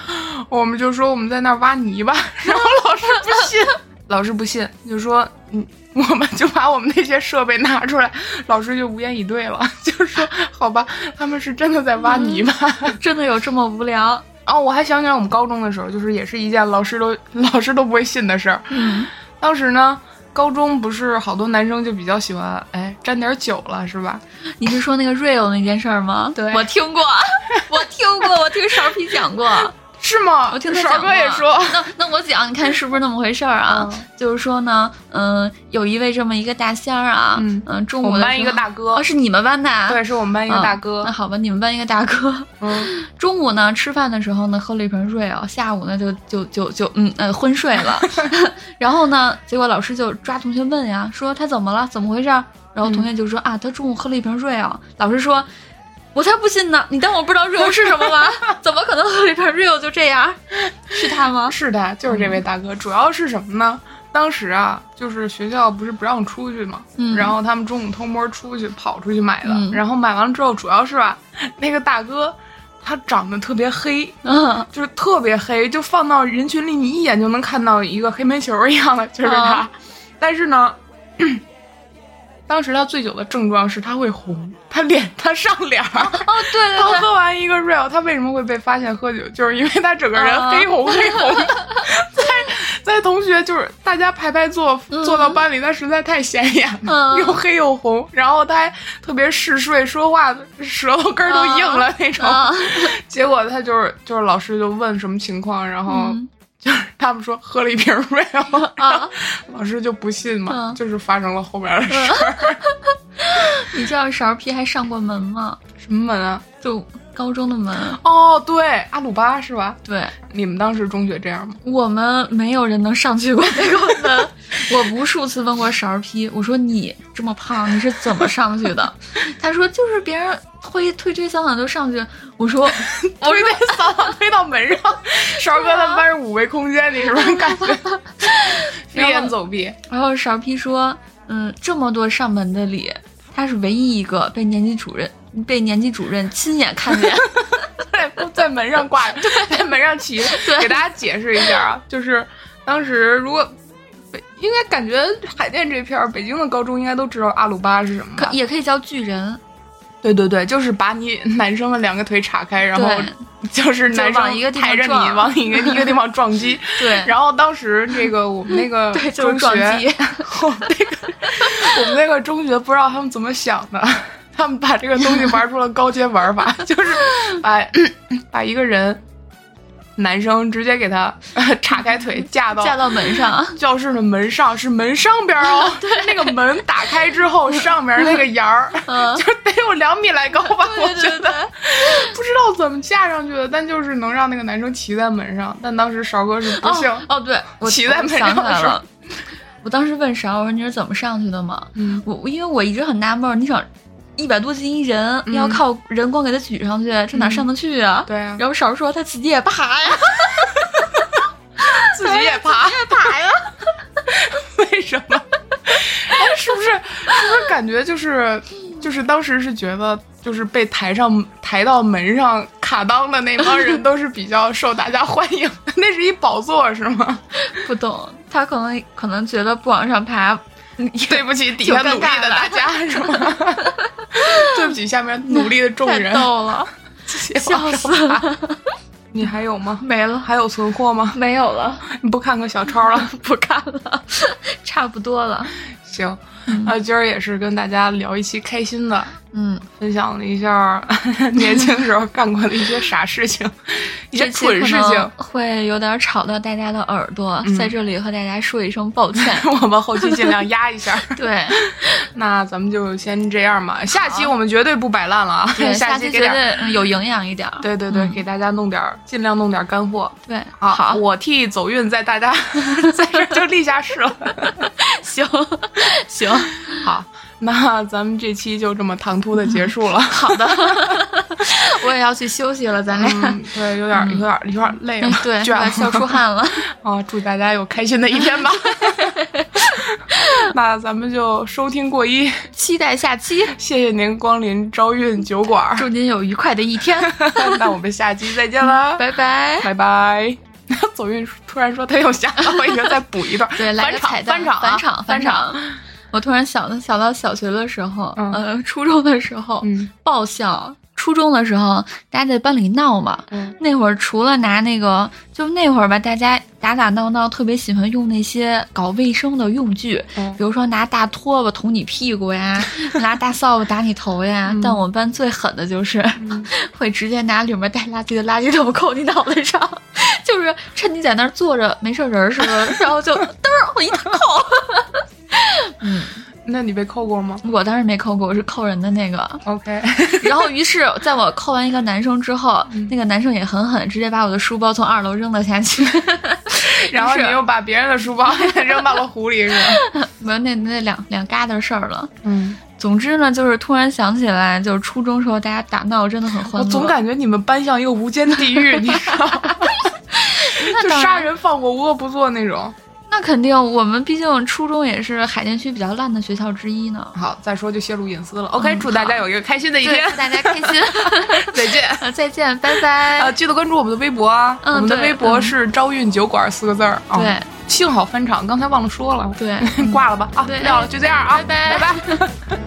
A: 我们就说我们在那儿挖泥巴。 然后老师不信，老师不信，就说：“嗯，我们就把我们那些设备拿出来。”老师就无言以对了，就是说：“好吧，他们是真的在挖泥巴。”
B: 真的有这么无聊？
A: 哦，我还想起来我们高中的时候，就是也是一件老师都 老师都不会信的事儿。
B: 嗯
A: 当时呢，高中不是好多男生就比较喜欢哎沾点酒了，是吧？
B: 你是说那个 real 那件事儿吗？
A: 对
B: 我听 过，我听过，我听勺皮讲 过，
A: 是吗？
B: 我听他
A: 勺
B: 讲
A: 哥也说
B: 过，那那我讲，你看是不是那么回事儿啊？
A: 嗯
B: 就是说呢，嗯、有一位这么一个大仙儿啊，
A: 嗯
B: 嗯、 中午
A: 我
B: 的
A: 们班
B: 时
A: 一个
B: 候
A: 大哥
B: 哦，，是你们班的、啊，
A: 对，是我们班一个
B: 嗯
A: 大哥
B: 那。好吧，你们班一个大哥，
A: 嗯，
B: 中午呢吃饭的时候呢喝了一瓶 real，下午呢就就就就嗯呃昏睡 了，然后呢，结果老师就抓同学问呀，说他怎么了，怎么回事儿？然后同学就说、
A: 嗯
B: 啊，他中午喝了一瓶 real，老师说。我才不信呢！你当我不知道 real 是什 么吗？怎么可能喝了一瓶 real 就这样？是他吗？
A: 嗯是的，就是
B: 嗯
A: 这位大哥。主要是什么呢？当时啊，就是学校不是不让出去嘛，
B: 嗯
A: 然后他们中午偷摸出去跑出去买的，
B: 嗯
A: 然后买完了之后，主要是吧， 那个大哥他长得特别黑，
B: 嗯，
A: 就是特别黑，就放到人群里，你一眼就能看到一个黑煤球一样的，就是他。
B: 啊
A: 但是呢， 当时他醉酒的症状是他会红，他脸他上脸儿。
B: 哦，对对
A: 他
B: 对，
A: 喝完一个 real，他为什么会被发现喝酒？就是因为他整个人
B: 啊
A: 黑红黑 红的，在在同学就是大家排排坐
B: 嗯
A: 坐到班里，他实在太显眼了，
B: 嗯
A: 又黑又红，然后他还特别嗜睡，说话舌头根儿都硬了那种。
B: 啊，
A: 结果他就是就是老师就问什么情况，然后
B: 嗯
A: 就是 他们说喝了一瓶 real，、
B: 啊
A: 老师就不信嘛，
B: 嗯
A: 就是发生了后边的事。
B: 你知道勺皮还上过门吗？
A: 什么门啊？
B: 就高中的门。
A: 哦，对，阿鲁巴是吧？
B: 对
A: 你们当时中学这样吗？
B: 我们没有人能上去过那个门， 我无数次问过勺皮，我说你这么胖，你是怎么上去 的？他说就是别人推推推搡搡就上去。我 说
A: 我推推扫扫推到门上，勺哥他们班是五维空间，你是不是感觉飞檐走壁？
B: 然后勺皮说：“嗯，这么多上门的里，他是唯一一个被年级主任被年级主任亲眼看 见。
A: 在在门上挂着，在门上骑着。
B: 对
A: 给大家解释一下啊，就是当时如果北应该感觉海淀这片儿，北京的高中应该都知道阿鲁巴是什么
B: 可
A: 吧？
B: 也可以叫巨人，
A: 对对对，就是把你 男生的两个腿岔开，然后
B: 对
A: 就是男
B: 就往一
A: 生
B: 个地方
A: 抬着你
B: 撞
A: 往一 个一个地方撞击。
B: 对，
A: 然后当时这个我们那个
B: 对，就
A: 中
B: 是撞
A: 学，
B: 击，
A: 我们那个我们那个中学不知道他们怎么想的，他们把这个东西玩出了高阶玩法， 就是把把一个人男生直接给他 呃岔开腿架到
B: 架到门上。
A: 教室的门上，是门上边儿 哦，那个门打开之后上面那个沿儿。
B: 嗯
A: 就，是得有两米来高吧，
B: 对
A: 我觉
B: 对对
A: 得不知道怎么架上去的，但就是能让那个男生骑在门上。但当时勺哥 是不幸，
B: 哦哦，对，我
A: 骑在
B: 我
A: 门上
B: 想起
A: 的
B: 来
A: 时候
B: 了。我当时问勺，我说你是怎么上去 的嘛？
A: 嗯
B: 我我因为我一直很纳闷儿，你想一百多斤一人，
A: 嗯
B: 要靠人光给他举上去，这哪上得去啊？
A: 对啊，
B: 然后勺说他自己也爬呀，
A: 自己也爬，也爬呀？ 为什么？哎，是不是？是不是感觉就是就是当时是觉得就是被抬上抬到门上卡裆的那帮人都是比较受大家欢迎的，那是一宝座是 吗？
B: 不懂，他可能可能觉得不往上爬，
A: 对不起，底下
B: 就尴
A: 努力
B: 尬
A: 的
B: 了
A: 大家是吗？对不起，下面努力的众
B: 太
A: 人，
B: 逗了，笑死了，
A: 你还有吗？
B: 没了，
A: 还有存货吗？
B: 没有了，
A: 你 不看个小抄了？
B: 不看了，差不多了，
A: 行，啊，今儿也是跟大家聊一期开心的，
B: 嗯，
A: 分享了一下 年轻时候干过的一些傻事情，一些
B: 这期
A: 蠢
B: 可
A: 事
B: 能
A: 情。嗯
B: 会有点吵到大家的耳朵，在这里和大家说一声 抱歉。
A: 我们后期尽量压一下，
B: 对，
A: 那咱们就先这样吧。下期
B: 好
A: 我们绝对不摆烂了啊！
B: 对，下
A: 期
B: 期
A: 给
B: 绝
A: 点儿，
B: 对嗯有营养一点儿。
A: 对对对，
B: 嗯
A: 给大家弄点儿，尽量弄点儿干货。
B: 对，
A: 啊
B: 好，
A: 我替走运在 大家在这儿就立下誓了。
B: 行行，
A: 好，那咱们这期就这么唐突的结束了。
B: 好的， 我也要去休息了，咱俩。
A: 嗯，对，有点有点有点累了
B: 嗯，对，
A: 倦
B: 快
A: 了，
B: 笑 出汗了。
A: 啊！祝大家有开心的一天 吧。 那咱们就收听过一，
B: 期待下期，
A: 谢谢您光临朝韵酒馆。
B: 祝您有愉快的一 天，
A: 那我们下期再见啦，
B: 拜拜。
A: 拜拜。走运突然说他又想到一个，再补一段，
B: 对，来
A: 返
B: 个
A: 场
B: 彩蛋，
A: 返场啊
B: 返场，
A: 返
B: 返。场。我突然想到想到小学的时候，
A: 嗯
B: 呃，初中的时候，
A: 嗯
B: 爆笑。初中的时候，大家在班里闹嘛，
A: 嗯
B: 那会儿除了拿那个，就那会儿吧，大家打打闹闹，特别喜欢用那些搞卫生的用具，
A: 嗯
B: 比如说拿大拖把捅你屁 股呀，拿大扫把打你头呀。
A: 嗯
B: 但我们班最狠的就是、会直接拿里面带垃圾的垃圾桶扣你脑袋上，就是趁你在那儿坐着没事儿人儿似的，然后就嘚儿我一大扣。
A: 那你被扣过吗
B: 我当时没扣过，我是扣人的那个。
A: ？OK，
B: 然后于是在我扣完一个男生 之后，嗯那个男生也狠狠直接把我的书包从二楼扔了下去。
A: 然后你又把别人的书 包扔到了湖里，是吧？
B: 没有那那两两嘎的事儿了。
A: 嗯，
B: 总之呢，就是突然想起来，就是初中时候大家打闹真的很欢
A: 我
B: 乐。
A: 总感觉你们班像一个无间地狱，你知道吗？ 就
B: 当然
A: 杀人放火无恶不作那种。
B: 那肯定，我们毕竟初中也是海淀区比较烂的学校之一呢。
A: 好，再说就泄露隐私了。OK，
B: 嗯
A: 祝大家
B: 好
A: 有一个开心的一
B: 对，
A: 天
B: 祝，大家开心，
A: 再见。
B: 呃再见，拜拜。
A: 呃，记得关注我们的微博啊，
B: 哎嗯
A: 我们的
B: 对
A: 微博
B: 嗯
A: 是“朝韵酒馆”四个字儿啊。
B: 对，
A: 幸好返场，刚才忘了说了。
B: 对
A: 挂了吧啊
B: 对，
A: 撂了，就这样啊，
B: 拜拜
A: 拜拜。